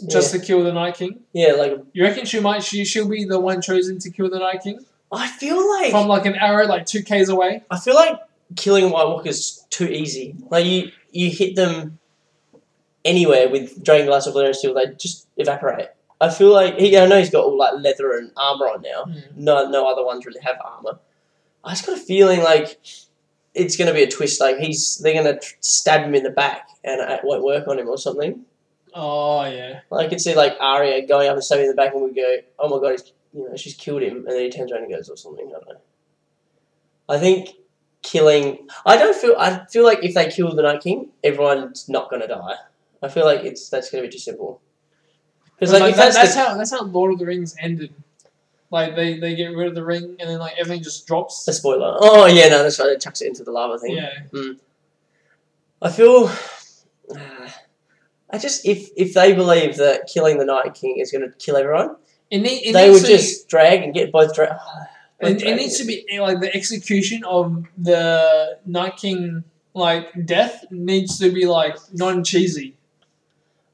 B: just to kill the Night King.
A: yeah, like
B: You reckon she might she she'll be the one chosen to kill the Night King
A: I feel like
B: from like an arrow like two k's away?
A: I feel like killing a White Walker's too easy. Like you, you hit them anywhere with drain glass or Valerian steel, they just evaporate. I feel like he, I know he's got all like leather and armor on now. No, no other ones really have armor. I just got a feeling like it's going to be a twist. Like he's they're going to tr- stab him in the back and it won't work on him or something.
B: Oh yeah,
A: Like I could see like Arya going up and stabbing him in the back, and we go, "Oh my god, he's, you know, she's killed him," and then he turns around and goes or something. I don't know. I think killing. I don't feel. I feel like if they kill the Night King, everyone's not gonna die. I feel like it's that's gonna be too simple. Because
B: because
A: like,
B: like,
A: if
B: that,
A: that's,
B: that's
A: the,
B: how that's how Lord of the Rings ended. Like they they get rid of the ring and then like everything just drops.
A: the spoiler. Oh yeah, no, that's right. It chucks it into the lava thing.
B: Yeah,
A: I feel. I just if if they believe that killing the Night King is gonna kill everyone,
B: it, need, it
A: they
B: needs
A: would
B: to-
A: just drag and get both. Dra- both
B: It, it
A: dragons.
B: needs to be eh, like the execution of the Night King like death needs to be like non cheesy.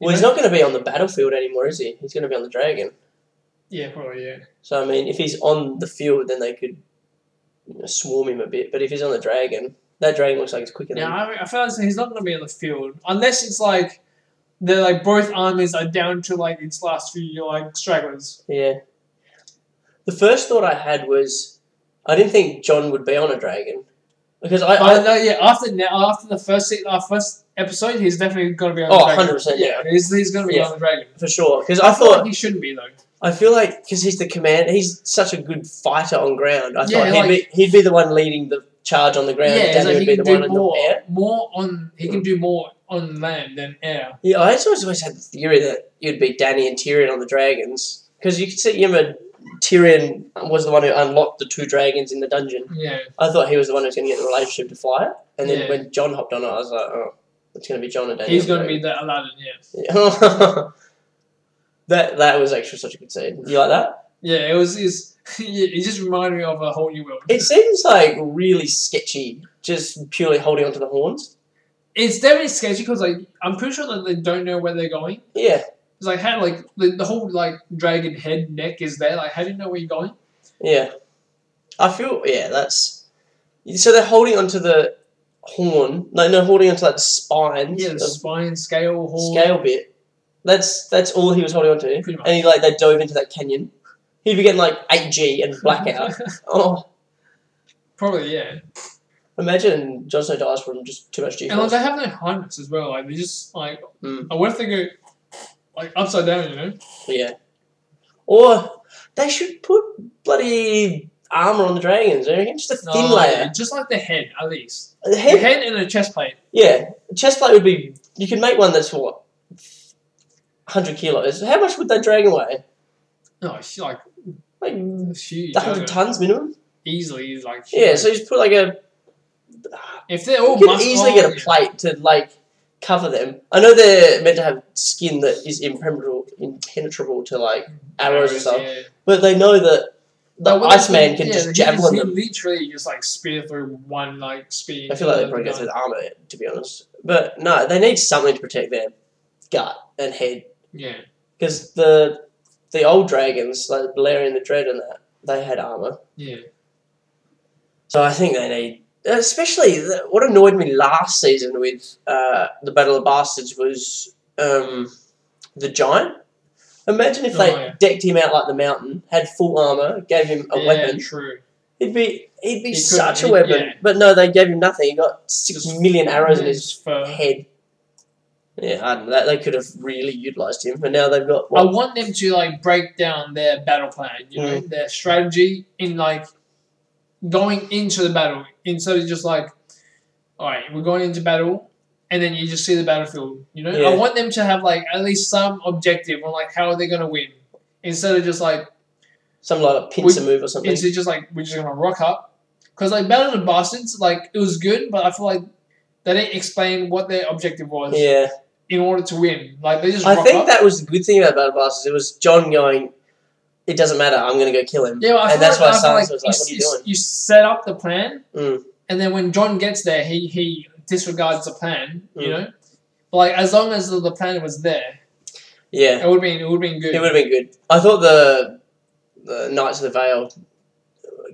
A: Well, he's not going to be on the battlefield anymore, is he? He's going to be on the dragon.
B: Yeah, probably yeah.
A: So I mean, if he's on the field, then they could you know, swarm him a bit. But if he's on the dragon, that dragon looks like it's quicker than.
B: Yeah, I, I feel like he's not gonna be on the field unless it's like they're like both armies are down to like its last few like stragglers.
A: Yeah. The first thought I had was, I didn't think John would be on a dragon, because I,
B: I,
A: I
B: know, yeah, after now, after the first se- our first episode, he's definitely gonna be on.
A: Oh,
B: the dragon.
A: 100%, yeah.
B: he's, he's gonna be
A: Yeah.
B: on the dragon.
A: for sure because I
B: I feel like
A: thought
B: he shouldn't be though.
A: I feel like because he's the command, he's such a good fighter on ground. I
B: Yeah,
A: thought he'd
B: like-
A: be he'd be the one leading the charge on the ground.
B: yeah,
A: and
B: it's
A: Danny
B: like
A: would
B: he
A: be the
B: can do
A: one in the air. Hmm.
B: more, more on he can do more on land than air.
A: Yeah, I always always had the theory that you'd be Danny and Tyrion on the dragons because you could see you remember Tyrion was the one who unlocked the two dragons in the dungeon.
B: Yeah.
A: I thought he was the one who was going to get the relationship to fly it, and then
B: Yeah.
A: when John hopped on it, I was like, oh, it's going to be John and Danny.
B: He's going to be the Aladdin, yeah.
A: be. that that was actually such a good scene. You like that?
B: Yeah, it was. It's, yeah, it just reminded me of a whole new world.
A: It seems like really sketchy, just purely holding onto the horns.
B: It's definitely sketchy because like I'm pretty sure that they don't know where they're going.
A: Yeah,
B: It's like how like the, the whole like dragon head neck is there. Like how do you know where you're going?
A: yeah. I feel yeah. That's so they're holding onto the horn. No, no, holding onto that spine.
B: Yeah, the spine, scale, horn.
A: scale bit. That's that's all he was holding on to.
B: Pretty much.
A: And he like they dove into that canyon. He'd be getting like eight G and blackout. oh,
B: Probably yeah.
A: imagine Jon Snow dies from just too much G
B: And like
A: force.
B: they have no helmets as well. Like they just like
A: Mm.
B: I what if they go like upside down? You know?
A: Yeah. Or they should put bloody armor on the dragons. you reckon? Just a
B: No,
A: thin layer.
B: Just like the head, at least.
A: The
B: The
A: head,
B: head and the chest plate.
A: yeah. Chest plate would be. You could make one that's what. Hundred kilos. How much would that dragon weigh?
B: No, it's like
A: Like
B: it's huge. I don't know.
A: hundred tons minimum.
B: Easily, is like
A: Yeah.
B: huge.
A: So you just put like a.
B: if they're all
A: You could
B: muscle,
A: easily get a
B: yeah.
A: plate to like cover them. I know they're meant to have skin that is impenetrable, impenetrable to like arrows and stuff,
B: Mm-hmm. Yeah.
A: but they know that the
B: But what if
A: Iceman
B: he-
A: can
B: yeah,
A: just
B: he
A: javelin
B: he
A: them.
B: Literally, just like spear through one like spear.
A: I feel like they
B: and
A: probably go
B: done.
A: through the armor, to be honest. But no, they need something to protect their gut and head
B: Yeah,
A: because the the old dragons, like Valerian the Dread and that, they had armor.
B: yeah.
A: So I think they need. Especially the, what annoyed me last season with uh, the Battle of Bastards was um, the giant. Imagine if they
B: Oh, yeah.
A: decked him out like the mountain, had full armor, gave him a
B: yeah,
A: weapon.
B: True.
A: He'd be he'd be
B: He could-
A: such a
B: he-
A: weapon.
B: yeah.
A: But no, they gave him nothing. He got six
B: Just-
A: million arrows in his
B: fur.
A: head. Yeah, I don't know. That, they could have really utilised him, but now they've got.
B: I
A: What, Hmm.
B: want them to like break down their battle plan, you know, their strategy in like going into the battle instead of just like, all right, we're going into battle, and then you just see the battlefield. You know, I
A: Yeah.
B: want them to have like at least some objective on like how are they going to win instead of just like
A: some like a pincer
B: We-
A: move or something.
B: instead of just like we're just gonna rock up because like Battle of the Bastards, like it was good, but I feel like they didn't explain what their objective was
A: Yeah,
B: in order to win. Like they just
A: I
B: rock
A: think
B: up.
A: that was the good thing about Battle Bastards. It was John going, "It doesn't matter. I'm going to go kill him."
B: Yeah, well,
A: and
B: I feel
A: that's why
B: like, I feel
A: Sansa was
B: like you,
A: like, "What are you
B: s-
A: doing?"
B: you set up the plan,
A: Mm.
B: and then when John gets there, he he disregards the plan. You
A: Mm.
B: know, but, like as long as the, the plan was there,
A: Yeah,
B: it would have been it would have been good.
A: it would have been good. I thought the the Knights of the Vale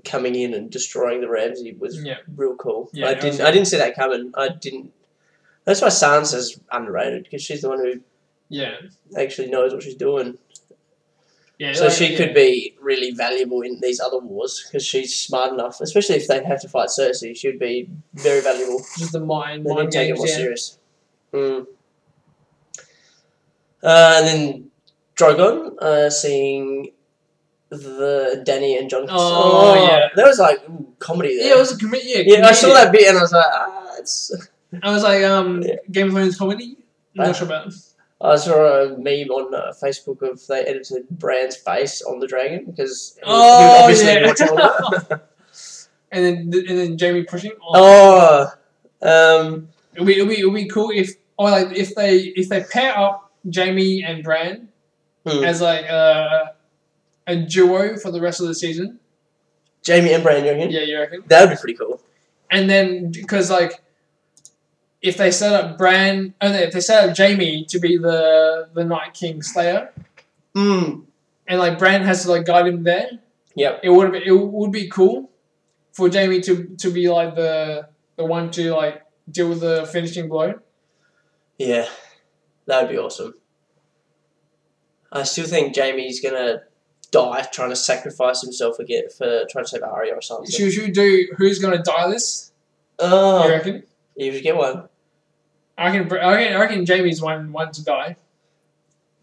A: coming in and destroying the Ramsey was
B: yeah,
A: real cool.
B: Yeah,
A: I
B: that was
A: didn't I didn't see that coming. I didn't. That's why Sansa's underrated because she's the one who
B: yeah,
A: actually knows what she's doing.
B: yeah.
A: So
B: like,
A: she
B: yeah.
A: could be really valuable in these other wars because she's smart enough, especially if they have to fight Cersei. She would be very valuable.
B: just the mind,
A: They need
B: mind
A: to take it
B: games,
A: more
B: yeah.
A: serious.
B: Hmm.
A: Mm. Uh, and then Drogon uh, seeing the Danny and John.
B: Oh, yeah.
A: that was like ooh, comedy there.
B: Yeah, it was a commit. Yeah,
A: yeah, I saw
B: comedian.
A: that bit and I was like, ah, it's.
B: I was like, um,
A: Yeah.
B: Game of Thrones comedy.
A: Uh,
B: Not sure about.
A: I saw a meme on uh, Facebook of they edited Bran's face on the dragon because he was- he was obviously watching
B: Oh
A: all that.
B: yeah. and then and then Jamie pushing.
A: Oh, um,
B: It'd be, it'd be, it'd be cool if or like if they if they pair up Jamie and Bran
A: hmm.
B: as like uh, a duo for the rest of the season.
A: Jamie and Bran, you reckon?
B: Yeah, you reckon?
A: That would be pretty cool.
B: And then because like if they set up Bran, oh no, if they set up Jamie to be the the Night King Slayer, Hmm.
A: Mm.
B: and like Bran has to like guide him there.
A: Yep.
B: It would it would be cool for Jamie to to be like the the one to like deal with the finishing blow.
A: Yeah, that would be awesome. I still think Jamie's gonna die trying to sacrifice himself again for trying to save Arya or something.
B: Should, should we do who's gonna die this? You
A: oh,
B: reckon?
A: you should get one.
B: I can I reckon, I reckon Jamie's one one to die.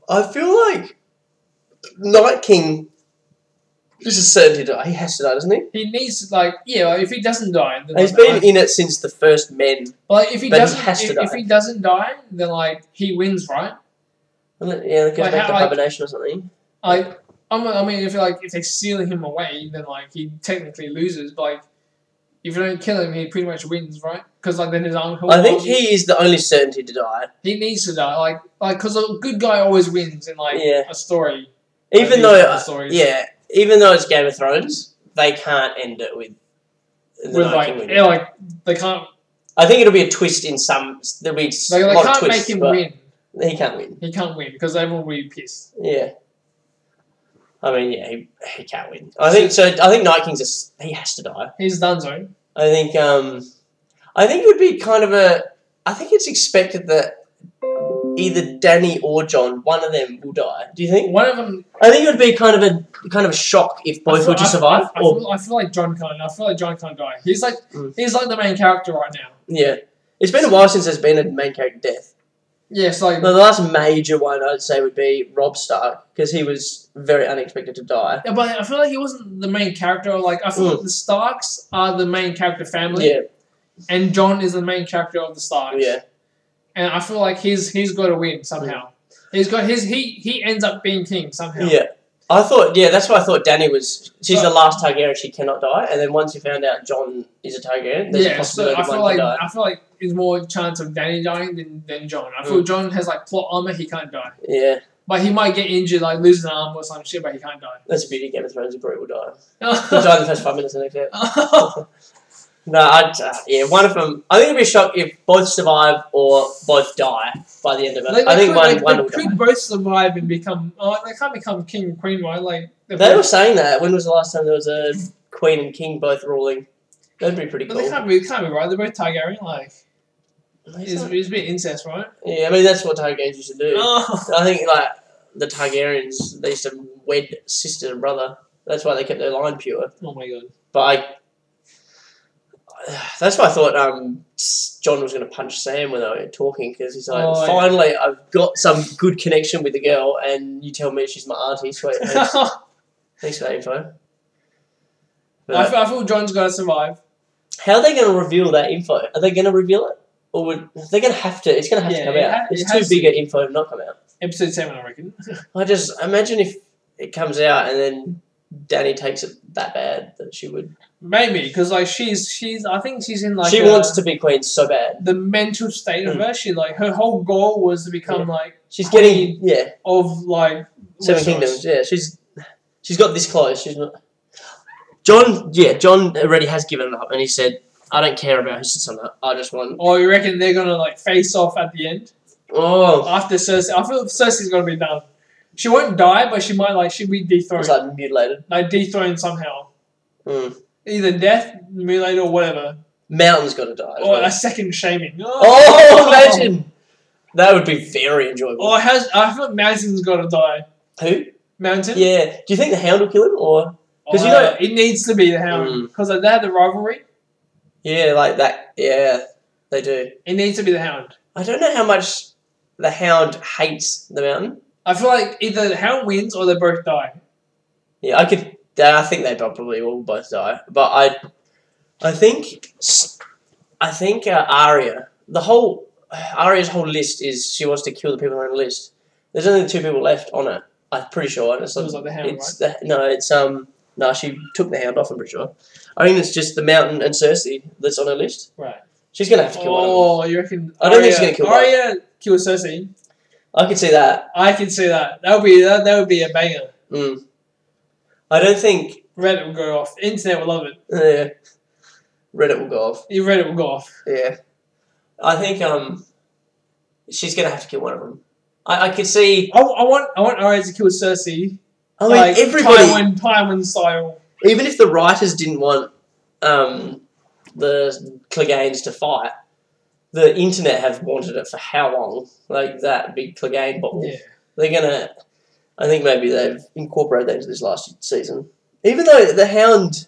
A: I feel like Night King is a certainty to die. He has to die, doesn't he?
B: He needs to, like yeah. Like, if he doesn't die, then
A: He's
B: like,
A: been in it since the first men.
B: but, like, if he
A: but he
B: doesn't
A: has to
B: if,
A: die.
B: if he doesn't die, then like he wins, right?
A: Yeah, they could
B: Like,
A: make
B: how-
A: the
B: like-
A: hibernation or something.
B: Like I'm, I mean, if like if they seal him away, then like he technically loses. But like if you don't kill him, he pretty much wins, right? Because like then his uncle.
A: I think he is the only certainty to die.
B: he needs to die. Like like because a good guy always wins in like
A: Yeah.
B: a story. like,
A: Even
B: these
A: though,
B: type of
A: uh,
B: stories.
A: yeah, even though it's Game of Thrones, they can't end it with. the
B: With
A: Night
B: like,
A: King winning.
B: yeah, like they can't,
A: I think it'll be a twist in some. There'll be s-
B: like,
A: a
B: they
A: lot
B: can't
A: of twists,
B: make him
A: but
B: win.
A: He can't win.
B: He can't win because everyone will be pissed.
A: Yeah. I mean, yeah, he, he can't win. I think so. I think Night King's a s he has to die.
B: He's Dunzo.
A: I think. Um, I think it would be kind of a. I think it's expected that either Danny or John, one of them, will die. Do you think?
B: One of them.
A: I think it would be kind of a kind of a shock if
B: I
A: both
B: feel-
A: were to
B: I-
A: survive.
B: I,
A: or
B: feel, I feel like John can't. I feel like John can't die. He's like
A: Mm.
B: he's like the main character right now.
A: Yeah. It's been a while since there's been a main character death.
B: Yes, like
A: Now, the last major one I'd say would be Rob Stark because he was very unexpected to die.
B: Yeah, but I feel like he wasn't the main character. Like I feel
A: Mm.
B: like the Starks are the main character family,
A: Yeah,
B: and John is the main character of the Starks.
A: yeah.
B: and I feel like he's he's got to win somehow. He's got his he he ends up being king somehow.
A: Yeah. I thought, yeah, that's why I thought Danny was. She's
B: So-
A: the last Targaryen, she cannot die. And then once you found out John is a Targaryen, there's a
B: yeah. So
A: possibility
B: I
A: one
B: feel
A: can
B: like
A: die.
B: I feel like there's more chance of Danny dying than, than John. I
A: Mm.
B: feel John has like plot armor, he can't die,
A: Yeah,
B: but he might get injured, like lose an arm or some shit, but he can't
A: that's the beauty of Game of Thrones. You probably will die. He'll die
B: die.
A: in the first five minutes of the next episode. No, I'd, uh, yeah, one of them. I think it'd be a shock if both survive or both die by the end of it.
B: Like,
A: I
B: they
A: think
B: could,
A: one,
B: like,
A: one
B: they
A: will die.
B: could both survive and become. Oh, they can't become king and queen, right? Like they're
A: They were
B: both-
A: saying that. When was the last time there was a queen and king both ruling? That'd be pretty
B: but
A: cool.
B: they can't be. Can't be right. They're both Targaryen. Like it's,
A: It's-
B: it's a bit incest, right?
A: yeah, I mean, that's what Targaryens used to do.
B: Oh.
A: I think like the Targaryens, they used to wed sister and brother. That's why they kept their line pure.
B: oh my god.
A: But I, that's why I thought um, John was going to punch Sam when they were talking because he's like,
B: Oh, yeah.
A: finally, I've got some good connection with the girl, and you tell me she's my auntie. Sweet, thanks, thanks for that info.
B: I,
A: But
B: feel, I feel John's gonna survive.
A: how are they going to reveal that info? Are they going to reveal it? Or would, they're going to have to, it's going to have
B: Yeah,
A: to come
B: it
A: out.
B: ha- it
A: it's
B: has
A: too
B: to.
A: big an info to not come out.
B: Episode seven, I reckon.
A: I just imagine if it comes out and then Danny takes it that bad that she would.
B: Maybe because like she's she's I think she's in like
A: she
B: a-
A: wants Hmm. to be queen so bad.
B: the mental state of her. She like her whole goal was to become like
A: She's getting
B: Queen.
A: yeah
B: of like
A: Seven
B: Westeros.
A: Kingdoms. Yeah, she's she's got this close. She's not. John, yeah, John already has given up, and he said, "I don't care about who sits on that. I just want."
B: Or you reckon they're gonna like face off at the end
A: Oh,
B: after Cersei? I feel Cersei's gonna be done. She won't die, but she might like she'll be
A: it
B: dethroned,
A: was like mutilated.
B: like dethroned somehow.
A: Mm.
B: Either death, mutilated, or whatever,
A: Mountain's got to die. as
B: or
A: well.
B: a second shaming.
A: Oh, imagine that would be very enjoyable.
B: Or has I feel Mountain's gotta die.
A: Who?
B: Mountain.
A: Yeah. Do you think the Hound will kill him, or 'Cause you
B: Oh,
A: know-
B: it needs to be the Hound
A: Mm.
B: because they had the rivalry.
A: Yeah, like that. Yeah, they do.
B: It needs to be the Hound.
A: I don't know how much the hound hates the mountain.
B: I feel like either the Hound wins or they both die.
A: Yeah, I could. I think they probably will both die. But I, I think, s- I think uh, Arya. The whole Arya's whole list is she wants to kill the people on her list. There's only two people left on it. I'm pretty sure. And it's
B: It was like the Hound,
A: it's the, no, it's um. No, she took the hound off. I'm pretty sure. I think it's just the mountain and Cersei that's on her list.
B: Right.
A: She's gonna have to kill one. of them.
B: Oh, you reckon?
A: I don't think she's gonna kill both.
B: Arya kill Cersei.
A: I could see that.
B: I can see that. That would be that. That would be a banger.
A: Mm. I don't think
B: Reddit will go off. Internet will love it.
A: Yeah. Reddit will go off.
B: Reddit will go off.
A: Yeah. I think um she's gonna have to kill one of them. I, I could see
B: I, I want I want Arya to kill Cersei.
A: I mean
B: like,
A: everybody
B: Tywin, Tywin style.
A: even if the writers didn't want um the Cleganes to fight, the internet have wanted it for how long? Like that big Clegane bottle.
B: Yeah.
A: They're gonna I think maybe they've incorporated that into this last season. Even though the hound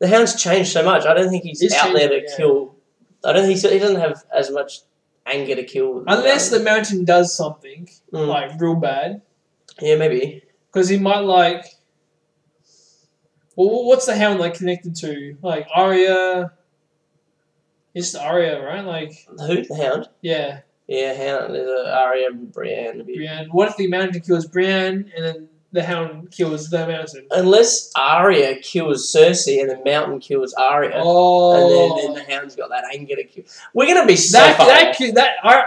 A: the hound's changed so much, I don't think he's,
B: He's
A: out
B: changed,
A: there to
B: yeah.
A: kill I don't think he doesn't have as much anger to kill.
B: Unless the
A: um,
B: mountain does something
A: Mm.
B: like real bad,
A: Yeah, maybe.
B: because he might like. Well, wh- what's the hound like connected to? Like Arya. It's Arya, right? Like,
A: Who? The hound?
B: yeah,
A: Yeah, hound there's a Arya and Brienne. it'd be-
B: Brienne. What if the mountain kills Brienne and then the hound kills the mountain?
A: Unless Arya kills Cersei and the mountain kills Arya.
B: Oh,
A: And then, then the hound's got that anger to kill. We're gonna be so
B: that
A: far
B: that
A: off.
B: could, that I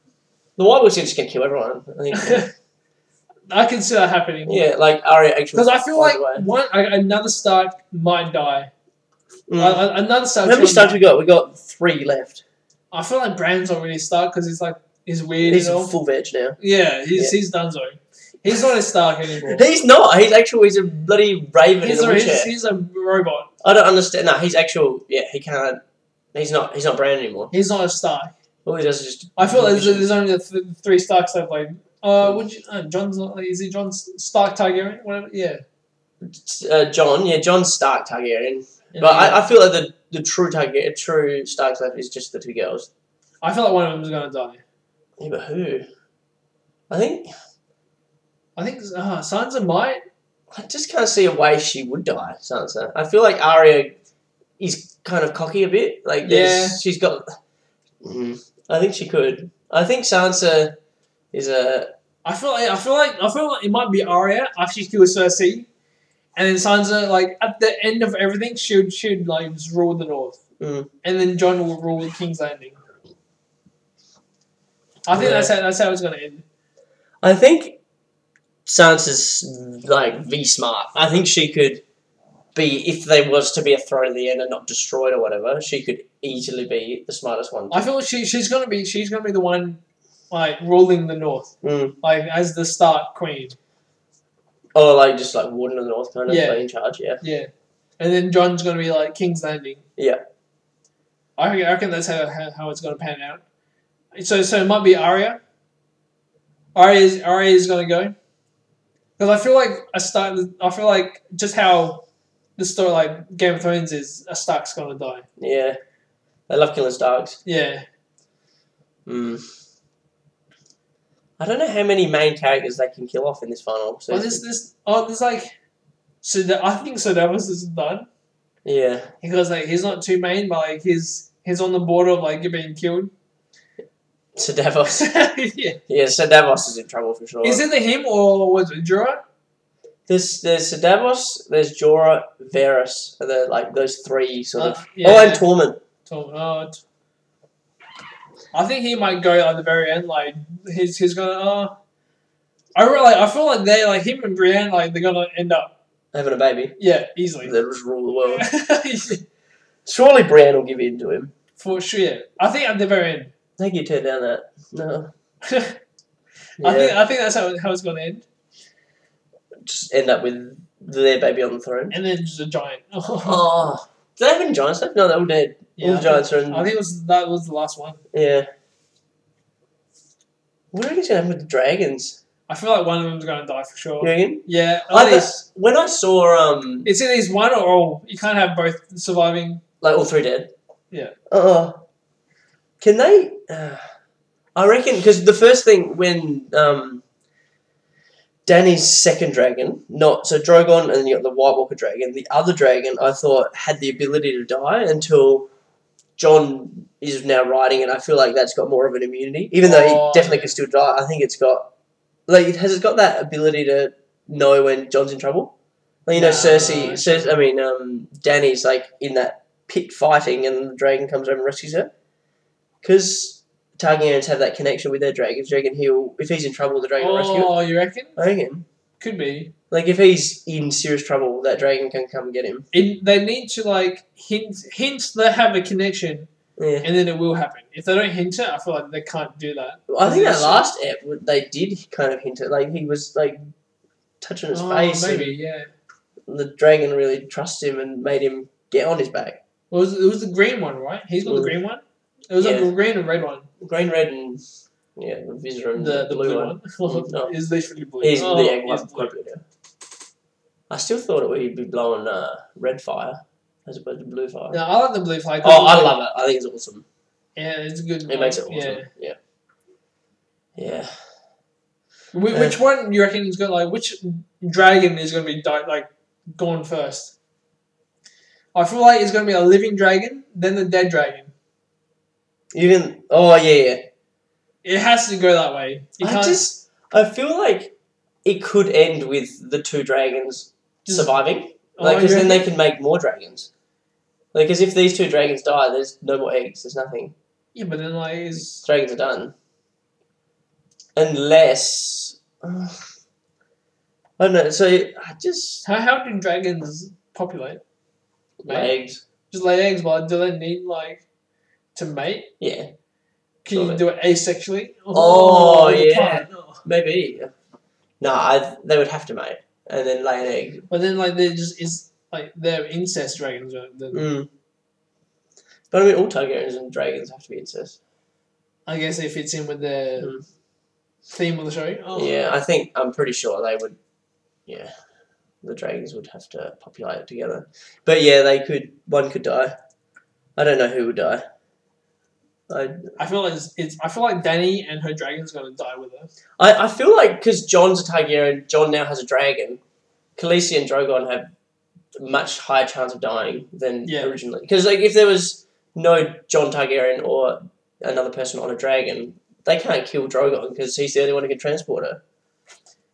A: The White Witch is just gonna kill everyone. I think.
B: I can see that happening.
A: yeah, like Arya actually.
B: Because I feel
A: finds
B: like
A: a way.
B: one I, another Stark might die.
A: Mm.
B: A- a- another Stark.
A: How many stars we got? We got three left.
B: I feel like Bran's already Stark because he's like he's weird.
A: He's
B: and
A: a
B: all.
A: full veg now.
B: Yeah, he's he's Dunzo. He's not a Stark anymore.
A: He's not. He's actual. He's a bloody raven
B: He's
A: in a
B: a,
A: wheelchair.
B: he's, he's a robot.
A: I don't understand. No, he's actual. Yeah, he can't. He's not. He's not brand anymore.
B: He's not a Stark.
A: All he does is just.
B: I feel like there's, there's only the th- three Starks that played. Uh, would you? Uh, John's not. Is he John S- Stark Targaryen? Whatever. Yeah.
A: uh, John. Yeah, John Stark Targaryen.
B: And
A: But
B: then-
A: I, I feel like the the true Targaryen, true Stark left is just the two girls.
B: I feel like one of them is gonna die.
A: Yeah, but who? I think
B: I think uh, Sansa might.
A: I just can't see a way she would die, Sansa. I feel like Arya is kind of cocky a bit. Like, yeah. she's got. Mm, I think she could. I think Sansa is a.
B: I feel like I feel like I feel like it might be Arya after she kills Cersei, and then Sansa like at the end of everything she would she would like just rule the North,
A: Mm.
B: and then John will rule King's Landing. I think
A: Yeah.
B: that's how that's how it's gonna end.
A: I think Sansa's like V smart. I think she could be if there was to be a throne in the end and not destroyed or whatever. She could easily be the smartest one.
B: I feel she she's gonna be she's gonna be the one like ruling the North,
A: Mm.
B: like as the Stark Queen.
A: Or like just like Warden of the North kind of
B: Yeah.
A: like, in charge. Yeah.
B: Yeah, and then John's gonna be like King's Landing.
A: Yeah.
B: I reckon, I reckon that's how, how, how it's gonna pan out. So so it might be Arya. Arya is, Arya is gonna go. Because I feel like a Stark, I feel like just how the story like Game of Thrones is a Stark's gonna die.
A: Yeah. I love killing Starks.
B: Yeah,
A: Mm. I don't know how many main characters they can kill off in this final. So
B: oh, this this oh there's like, so the, I think Davos is done
A: yeah.
B: because like he's not too main, but like he's he's on the border of like being killed.
A: So Davos.
B: yeah.
A: yeah, so Davos is in trouble for sure.
B: Is it the him or was it Jura?
A: There's there's Sir Davos, there's Jorah, Varys, and they're like those three sort of.
B: Uh, yeah.
A: Oh, and Tormund.
B: Tom- uh, t- I think he might go at the very end. Like he's he's gonna. Uh, I really I feel like they like him and Brienne like they're gonna end up
A: having a baby.
B: yeah easily.
A: They just rule the world. Surely Brienne will give in to him.
B: For sure, yeah. I think at the very
A: I think you turn down that. No.
B: end.
A: Yeah.
B: I think I think that's how, how it's gonna end.
A: just end up with their baby on the throne.
B: And then just a giant.
A: Oh. Do they have any giants left? No, they're all dead.
B: yeah,
A: all
B: I
A: the
B: think,
A: giants are in.
B: I think it was that was the last one.
A: yeah. What do you reckon going to happen with the dragons?
B: I feel like one of them's gonna die for sure.
A: You
B: Yeah,
A: reckon?
B: at
A: I
B: least-
A: thought- when I saw um
B: it's either he's one or all. You can't have both surviving.
A: like all three dead.
B: Yeah.
A: Uh, can they? Uh, I reckon because the first thing when um, Danny's second dragon, not so Drogon, and then you got the White Walker dragon. The other dragon, I thought had the ability to die until John is now riding, and I feel like that's got more of an immunity, even though
B: Oh,
A: he definitely
B: yeah.
A: can still die. I think it's got like it has it got that ability to know when John's in trouble. Like, you know,
B: No,
A: Cersei,
B: it's-
A: Cersei. I mean, um, Danny's like in that pit fighting and the dragon comes over and rescues her. Because Targaryens have that connection with their dragons. Do you reckon he'll, if he's in trouble, the dragon will rescue him?
B: Oh, you reckon?
A: I reckon.
B: Could be.
A: Like, if he's in serious trouble, that dragon can come and get him.
B: It, they need to like hint hint they have a connection
A: Yeah.
B: and then it will happen. If they don't hint it, I feel like they can't do that.
A: I think that
B: Yeah.
A: last ep, they did kind of hint it. Like, he was, like, touching his face. and
B: Oh, maybe, yeah.
A: the dragon really trusted him and made him get on his back.
B: Well, it was, it was the green one, right? He's got the
A: Mm.
B: green one. It was like
A: Yeah.
B: the green and red one.
A: Green, red, and, yeah, the Visor
B: The
A: and
B: the blue, one,
A: Mm, no.
B: is literally blue.
A: He's
B: Oh,
A: the egg
B: he's
A: one.
B: blue.
A: I still thought it would be blowing uh, red fire as opposed to blue fire.
B: No, I like the blue flag.
A: Oh, I love it. I think it's awesome.
B: Yeah, it's a good.
A: It makes it awesome.
B: Yeah.
A: Yeah. Yeah.
B: Wh- Which one you reckon is going to like? Which dragon is going to be di- like gone first? I feel like it's going to be a living dragon, then the dead dragon.
A: Even oh yeah, yeah.
B: It has to go that way. You
A: I
B: can't
A: just I feel like it could end with the two dragons
B: Just-
A: surviving.
B: Oh,
A: Like, because
B: you
A: then they
B: reckon?
A: can make more dragons. Like, as if these two dragons die, there's no more eggs. There's nothing.
B: Yeah, but then like is
A: Dragons are done. Unless I don't know. So I just
B: how, how do dragons populate?
A: my
B: Mate.
A: eggs.
B: Just lay eggs, but do they need like to mate?
A: Yeah,
B: Can you
A: Surely.
B: do it asexually?
A: Oh,
B: the
A: yeah.
B: plant.
A: maybe. No, I, they would have to mate and then lay an egg.
B: But then like they just is like they're incest dragons. right? Then
A: Mm. But I mean, all Targaryens and dragons have to be incest.
B: I guess it fits in with the
A: Mm.
B: theme of the show. Oh.
A: Yeah, I think I'm pretty sure they would. Yeah, the dragons would have to populate together. But yeah, they could. One could die. I don't know who would die. I,
B: I feel like it's, it's I feel like Danny and her dragon's gonna die with her.
A: I, I feel like because John's a Targaryen, John now has a dragon. Khaleesi and Drogon have a much higher chance of dying than
B: Yeah.
A: originally. Because like if there was no John Targaryen or another person on a dragon, they can't kill Drogon because he's the only one who can transport her.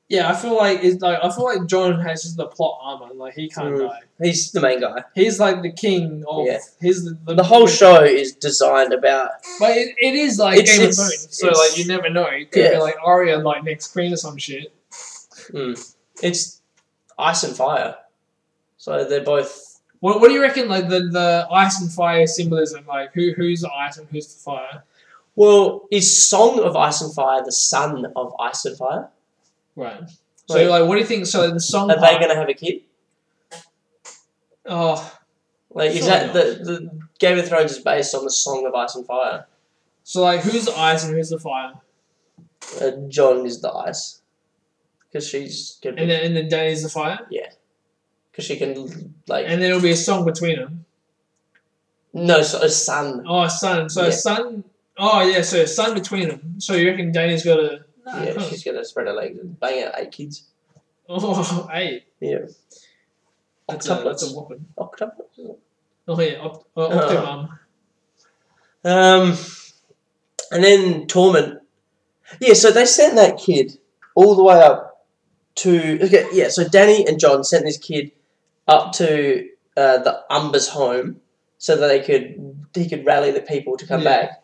B: Yeah, I feel like it's like I feel like John has just the plot armor, like he can't
A: Mm.
B: die.
A: He's the main guy.
B: He's like the king of
A: Yeah.
B: he's the, the,
A: The whole show is designed about
B: But it, it is like
A: It's-
B: Game of
A: it's-
B: Thrones, so
A: it's-
B: like you never know. It could
A: Yeah.
B: be like Arya like next queen or some shit.
A: hmm, it's ice and fire. So they're both
B: What, what do you reckon? Like the, the ice and fire symbolism, like who who's the ice and who's the fire?
A: well, is Song of Ice and Fire the son of Ice and Fire?
B: Right. So
A: Like-
B: like, what do you think? So the song.
A: Are they
B: part-
A: gonna have a kid?
B: oh,
A: Like is
B: Surely
A: that
B: not.
A: the, the Game of Thrones is based on the Song of Ice and Fire?
B: so like who's the ice and who's the fire?
A: Uh, John is the ice because she's can
B: And then and then Danny's the fire.
A: because she can like
B: And then it'll be a song between them.
A: no so, a son.
B: Oh, sun. So
A: Yeah.
B: sun. Oh yeah, so sun between them. So you reckon Danny's got a? Nah,
A: Yeah,
B: huh.
A: she's gonna spread her legs and bang out eight kids.
B: Oh, hey,
A: Yeah,
B: that's a, that's a
A: Octuplets.
B: whopping.
A: Octuplets.
B: Oh yeah, opt, uh,
A: Uh.
B: Octomom.
A: Um, and then Torment. Yeah, so they sent that kid all the way up to okay. Yeah, so Danny and John sent this kid up to uh, the Umbers' home so that they could he could rally the people to come
B: Yeah.
A: back.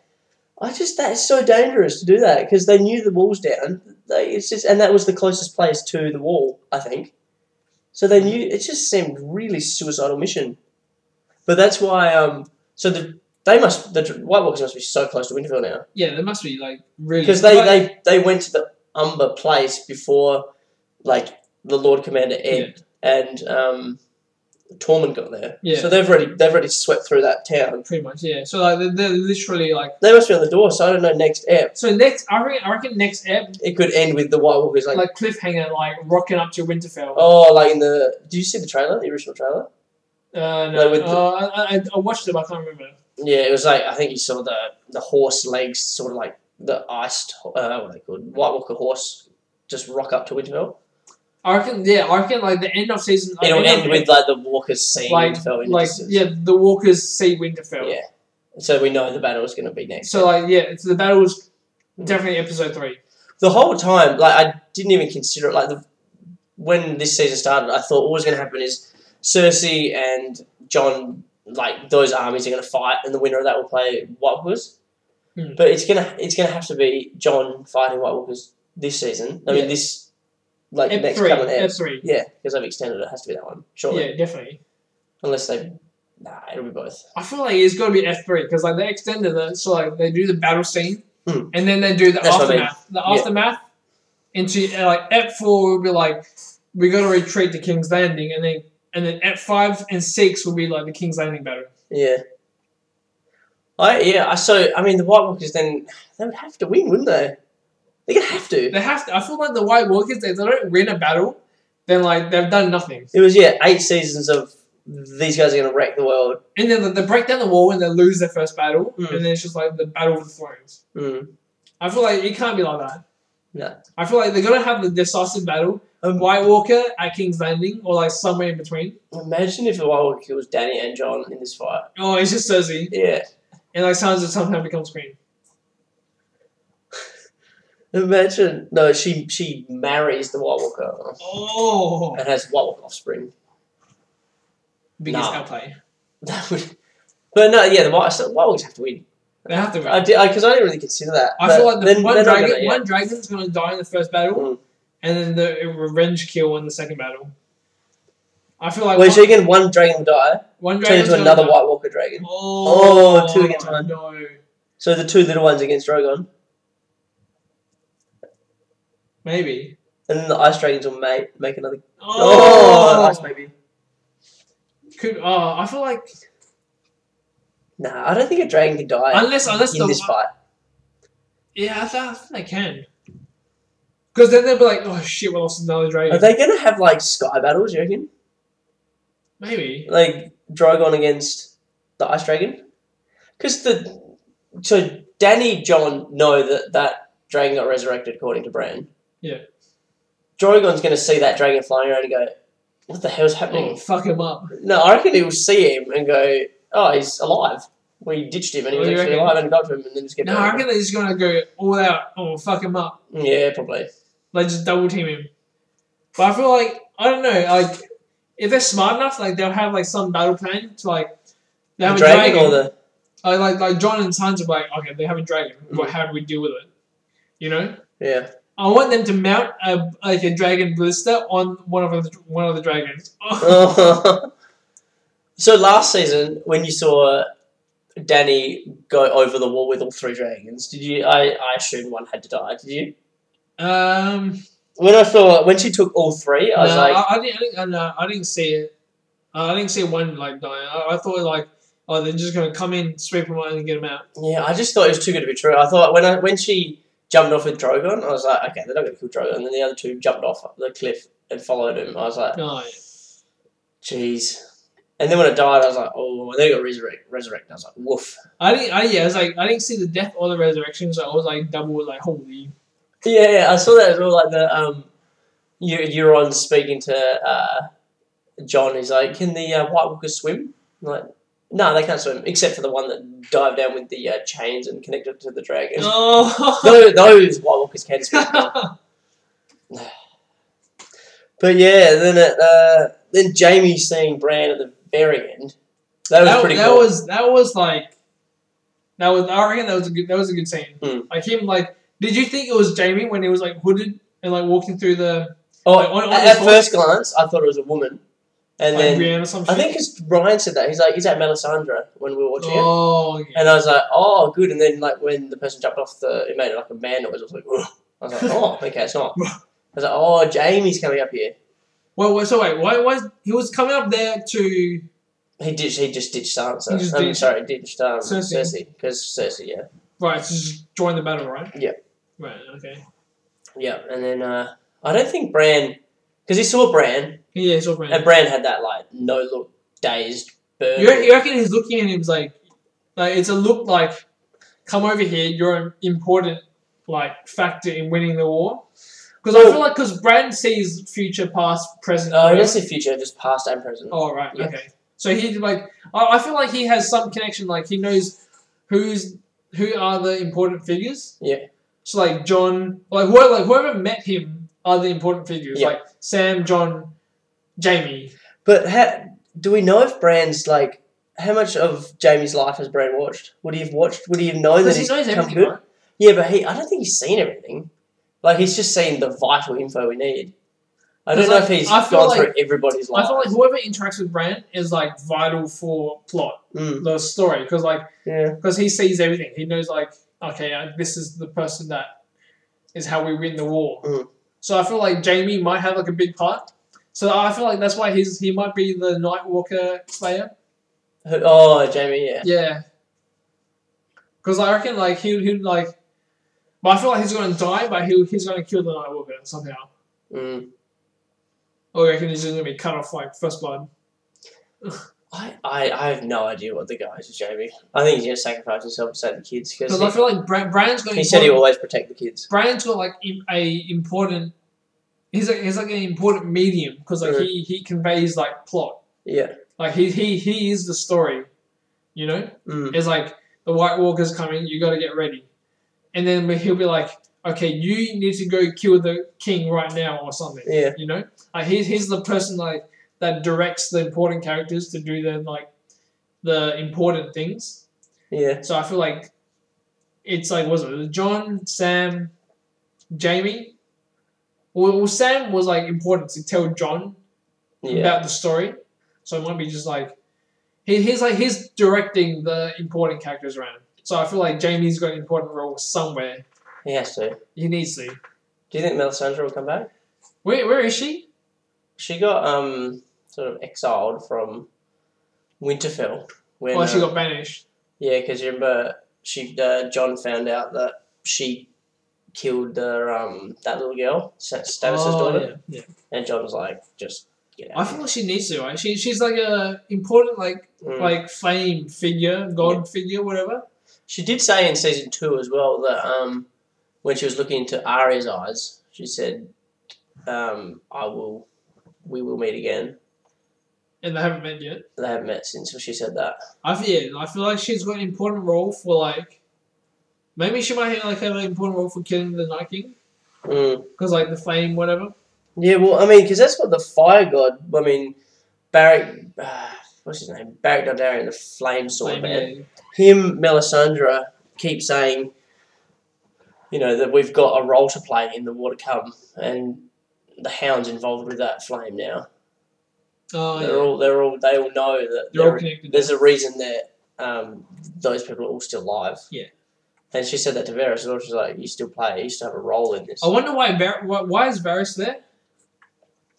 A: I just that is so dangerous to do that because they knew the walls down. They, it's just and that was the closest place to the wall, I think. So they knew it just seemed really suicidal mission. But that's why um so the they must the White Walkers must be so close to Winterfell now
B: Yeah, there must be like really
A: because they,
B: like,
A: they they went to the Umber place before like the Lord Commander Ed and um, Tormund got there.
B: Yeah.
A: So they've already they've already swept through that town.
B: pretty much yeah. So like they're, they're literally like
A: They must be on the door. So I don't know. Next ep,
B: so next I reckon, I reckon next ep
A: it could end with the White Walkers like,
B: like cliffhanger like rocking up to Winterfell.
A: oh like in the. Do you see the trailer? The original trailer?
B: Uh,
A: Like
B: no,
A: with the-
B: uh, I, I, I watched it, but I can't remember.
A: Yeah, it was like I think you saw the the horse legs sort of like the iced uh, what are they called White Walker horse just rock up to Winterfell.
B: I reckon, yeah, I reckon like the end of season. like,
A: It'll
B: end
A: end
B: of-
A: with like the walkers seeing
B: Like-
A: Winterfell. In the
B: like
A: distance.
B: yeah, the walkers see Winterfell.
A: Yeah. So we know the battle is going to be next.
B: So like yeah, it's the battle was definitely episode three.
A: the whole time, like I didn't even consider it. Like the, when this season started, I thought all was going to happen is Cersei and John, like those armies are going to fight, and the winner of that will play White Walkers.
B: Hmm.
A: But it's gonna it's gonna have to be John fighting White Walkers this season. I
B: Yeah.
A: mean this, like
B: Ep
A: next
B: three,
A: couple of
B: ep
A: eps.
B: three.
A: Yeah, because I've extended it. It has to be that one, surely.
B: Yeah, definitely.
A: Unless they, nah, it'll be both.
B: I feel like it's got to be F three because like they extended it, so like they do the battle scene,
A: Hmm.
B: and then they do the
A: That's what I mean.
B: aftermath. The
A: Yeah.
B: aftermath into uh, like F four will be like we got to retreat to King's Landing, and then and then F five and six will be like the King's Landing battle.
A: Yeah. I yeah. I so I mean the White Walkers then they would have to win, wouldn't they? They're gonna have to.
B: They have to. I feel like the White Walkers, if they don't win a battle, then like they've done nothing.
A: It was yeah eight seasons of these guys are gonna wreck the world.
B: And then they break down the wall and they lose their first battle,
A: Mm.
B: and then it's just like the Battle of the Thrones.
A: Mm.
B: I feel like it can't be like that.
A: No.
B: I feel like they're gonna have the decisive battle,
A: Um,
B: White Walker at King's Landing, or like somewhere in between.
A: Imagine if the White Walker was Danny and John in this fight.
B: Oh, it's just Cersei,
A: Yeah.
B: and like Sansa somehow becomes queen.
A: Imagine no, she she marries the White Walker
B: Oh,
A: and has White Walker offspring.
B: biggest
A: Nah.
B: outplay.
A: That would. But no, yeah, the White, so the White Walkers have to win.
B: They have to. Win.
A: I did because I, didn't really consider that.
B: I
A: but
B: feel like the
A: then,
B: one
A: then
B: dragon,
A: I got it, yeah.
B: one dragon's gonna die in the first battle,
A: Mm.
B: and then the revenge kill in the second battle. I feel like
A: Wait,
B: one,
A: so you can one dragon die,
B: one
A: turn
B: dragon's
A: into
B: gonna
A: another
B: die.
A: White Walker dragon.
B: Oh,
A: Oh, two against one.
B: No.
A: So the two little ones against Drogon,
B: Maybe.
A: and then the ice dragons will make make another. Oh,
B: Oh,
A: ice baby.
B: could oh, I feel like
A: Nah, I don't think a dragon can die
B: unless unless
A: in
B: the
A: this fight.
B: yeah, I, th- I think they can. Because then they'll be like, oh shit, we lost another
A: Are
B: dragon.
A: they gonna have like sky battles? You reckon?
B: Maybe.
A: Like Drogon against the ice dragon? Because the so Danny John know that that dragon got resurrected according to Bran.
B: Yeah.
A: Drogon's gonna see that dragon flying around and go, "What the hell's happening?"
B: Oh, fuck him up.
A: No, I reckon he'll see him and go, "Oh, he's alive." We ditched him and he was
B: Oh, you
A: actually
B: reckon?
A: alive and got to him and then just get
B: No,
A: back.
B: I reckon they're just gonna go all out or fuck him up.
A: Yeah, probably.
B: Like just double team him. But I feel like I don't know, like if they're smart enough, like they'll have like some battle plan to like they
A: The
B: have a
A: dragon
B: dragon.
A: or the
B: like, like like John and Sansa are like, okay, they have a dragon. What
A: Mm.
B: how do we deal with it? You know?
A: yeah.
B: I want them to mount a like a dragon blister on one of the one of the dragons.
A: Oh, so last season, when you saw Danny go over the wall with all three dragons, did you? I I assume one had to die. Did you?
B: um
A: When I saw when she took all three, I was
B: no,
A: like,
B: I, I didn't. I didn't, uh, no, I didn't see it. Uh, I didn't see one like dying. I, I thought like, oh, they're just gonna come in, sweep them out, and get them out.
A: Yeah, I just thought it was too good to be true. I thought when I, when she jumped off with Drogon, I was like, okay, they're not going to kill Drogon. And then the other two jumped off the cliff and followed him. I was like,
B: No, yeah.
A: jeez. And then when it died, I was like, oh, and then it got resurrect, resurrected. I was like, woof.
B: I didn't. I yeah. I was like, I didn't see the death or the resurrection, so I was like double like holy.
A: Yeah, yeah, I saw that as well. Like the um, Eu- Euron speaking to uh, John. He's like, can the uh, White Walkers swim? I'm like, no, they can't swim except for the one that dived down with the uh, chains and connected to the dragon.
B: Oh.
A: those, those White Walkers can swim. But yeah, then it, uh, then Jamie seeing Bran at the very end. That was
B: that,
A: pretty
B: that
A: cool.
B: was that was like that was I reckon that was a good that was a good scene.
A: Mm.
B: Like him like did you think it was Jamie when he was like hooded and like walking through the
A: oh,
B: like, on- on
A: at,
B: the
A: at
B: floor?
A: first glance, I thought it was a woman, and
B: like
A: then
B: Brienne or something?
A: I think it's Ryan said that he's like, "Is that Melisandre?" When we were watching it,
B: Oh yeah.
A: and I was like, "Oh, good." And then like when the person jumped off the, it made it like a man noise. I was like, "Ugh." I was like, "Oh, okay, it's not." I was like, "Oh, Jamie's coming up here."
B: Well, well, so wait, why was he was coming up there to
A: He ditched. He just ditched Sansa.
B: He just
A: I'm
B: ditched-
A: sorry, ditched um,
B: Cersei.
A: Cersei because Cersei, yeah.
B: right to just join the battle, right?
A: Yeah.
B: Right. Okay.
A: Yeah, and then uh, I don't think Bran, because he saw Bran,
B: Yeah, it's all Bran.
A: and Bran had that like no look, dazed burn.
B: You, re- you reckon he's looking at him he's like, like it's a look like, come over here. You're an important like factor in winning the war. Because I
A: Oh.
B: feel like because Bran sees future, past, present.
A: Oh, he
B: whatever.
A: doesn't see future, just past and present.
B: Oh right.
A: Yeah.
B: Okay. So he like I, I feel like he has some connection. Like he knows who's who are the important figures.
A: Yeah.
B: So like John, like whoever, like whoever met him are the important figures.
A: Yeah.
B: Like Sam, John, Jamie.
A: But ha- do we know if Bran's like how much of Jamie's life has Bran watched? Would he have watched? Would he have known that
B: Because he
A: he's
B: knows
A: come
B: everything.
A: good?
B: right?
A: Yeah, but he I don't think he's seen everything. Like he's just seen the vital info we need. I don't
B: Because,
A: know
B: like,
A: if he's
B: I
A: gone
B: feel like-
A: through everybody's life.
B: I feel like whoever interacts with Bran is like vital for plot
A: Mm,
B: the story because like
A: yeah,
B: because he sees everything. He knows like okay, uh, this is the person that is how we win the war.
A: Mm.
B: So I feel like Jamie might have like a big part. So I feel like that's why he's he might be the Night Walker Slayer.
A: Who- oh Jamie, yeah.
B: Yeah. Because I reckon like he he like, but I feel like he's gonna die, but he he's gonna kill the Night Walker somehow.
A: Mm.
B: Or I reckon he's just gonna be cut off like first blood.
A: I, I, I have no idea what the guy is, Jamie. I think he's gonna sacrifice himself to save the kids because
B: Because I feel like Bran, Bran's gonna
A: He said he
B: important-
A: always protect the kids.
B: Brian's got like im- a important. He's like he's like an important medium because like
A: Right.
B: he he conveys like plot.
A: Yeah.
B: Like he he he is the story. You know,
A: Mm.
B: it's like the White Walker's coming. You got to get ready, and then he'll be like, okay, you need to go kill the king right now or something.
A: Yeah.
B: You know, like he's he's the person like that directs the important characters to do their like the important things.
A: Yeah.
B: So I feel like it's like was it John, Sam, Jamie? Well, well, Sam was like important to tell John
A: Yeah.
B: about the story, so it might be just like he, he's like he's directing the important characters around. So I feel like Jamie's got an important role somewhere.
A: He has to.
B: He needs to.
A: Do you think Melisandre will come back?
B: Where where is she?
A: She got um sort of exiled from Winterfell when
B: Well, Oh, she
A: uh,
B: got banished.
A: yeah, because remember she uh, John found out that she killed the um that little girl Sta- Stannis'
B: Oh,
A: daughter,
B: yeah, yeah.
A: and John was like just get
B: I
A: out.
B: feel like she needs to. Right? She she's like a important like
A: Mm.
B: like fame figure, god figure, whatever.
A: She did say in season two as well that um, when she was looking into Arya's eyes, she said, um, "I will, we will meet again."
B: and they haven't met yet.
A: They haven't met since she said that.
B: I feel yeah, I feel like she's got an important role for like maybe she might have like have an important role for killing the Night King
A: Mm.
B: because like the flame whatever.
A: Yeah, well, I mean, because that's what the fire god. I mean, Barrack. Uh, what's his name? Barrack Dondarrion, the flame sword
B: Flame,
A: man.
B: yeah.
A: Him, Melisandre, keep saying, you know, that we've got a role to play in the War to Come, and the Hound's involved with that flame now.
B: Oh
A: they're
B: yeah.
A: all, they're all, they all know that
B: They're all
A: there-
B: connected.
A: there's a reason that um, those people are all still alive.
B: Yeah.
A: And she said that to Varys, and she's like, "You still play? You still have a role in this?
B: I wonder why Bar- why, why is Varys there?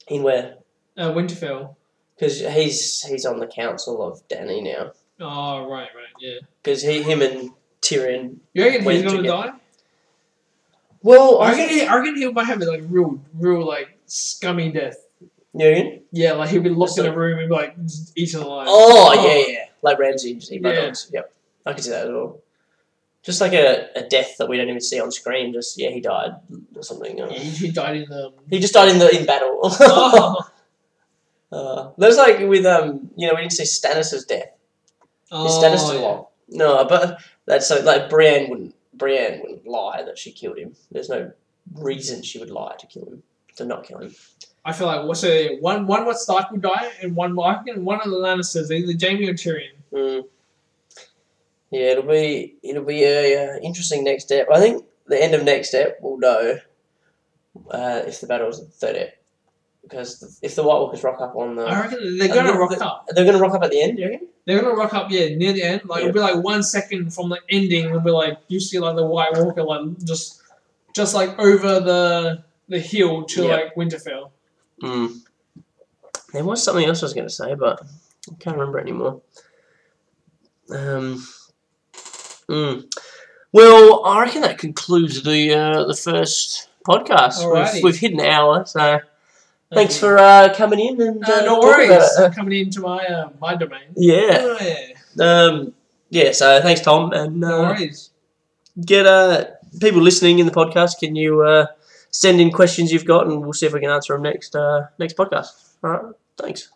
A: In where?
B: Uh, Winterfell.
A: Because he's he's on the council of Danny now."
B: Oh right, right, yeah.
A: because he, him, and Tyrion.
B: You reckon
A: Went
B: he's gonna
A: together.
B: die?
A: Well,
B: I
A: I
B: reckon,
A: think
B: he, I reckon he might have like real, real like scummy death.
A: Tyrion.
B: Yeah, like he'll be locked
A: That's
B: in a room and be like eaten alive.
A: Oh, yeah, yeah, like Ramsay and Steve
B: Yeah.
A: Reynolds. Yep, I can see that as well. Just like a, a death that we don't even see on screen. Just yeah, he died or something.
B: Yeah,
A: uh,
B: he, he died in um, the.
A: He just died in the in battle.
B: oh,
A: uh, that was like with um, you know, we didn't see Stannis' death. Is
B: Oh,
A: Stannis still alive? No, but that's so like Brienne wouldn't. Brienne wouldn't lie that she killed him. There's no reason she would lie to kill him, to not kill him.
B: I feel like what's a one one what Stark would die and one Mark and one of the Lannisters, either Jamie or Tyrion.
A: Mm. Yeah, it'll be it'll be a uh, interesting next step. I think the end of next step we'll know uh, if the battle is the third step because the, if the White Walkers rock up on the
B: I reckon they're
A: Uh, And
B: gonna
A: the-
B: rock
A: the-
B: up.
A: they're gonna rock up at the end. do You reckon?
B: They're gonna rock up, yeah, near the end. Like it'll be like one second from the ending, it'll be like you see like the White Walker like just just like over the the hill to
A: Yeah.
B: like Winterfell.
A: Mm. There was something else I was gonna say, but I can't remember it anymore. Um. mm. Well, I reckon that concludes the uh, the first podcast.
B: Alrighty.
A: We've, we've hit an hour, so. Thanks
B: Um,
A: for uh, coming in and
B: uh,
A: uh,
B: no
A: talking about
B: worries
A: it.
B: coming into my uh, my domain. Oh,
A: Yeah.
B: yeah.
A: Um, yeah. So thanks, Tom, and
B: No
A: uh,
B: worries.
A: get uh, people listening in the podcast. Can you uh, send in questions you've got, and we'll see if we can answer them next uh, next podcast. All right. Thanks.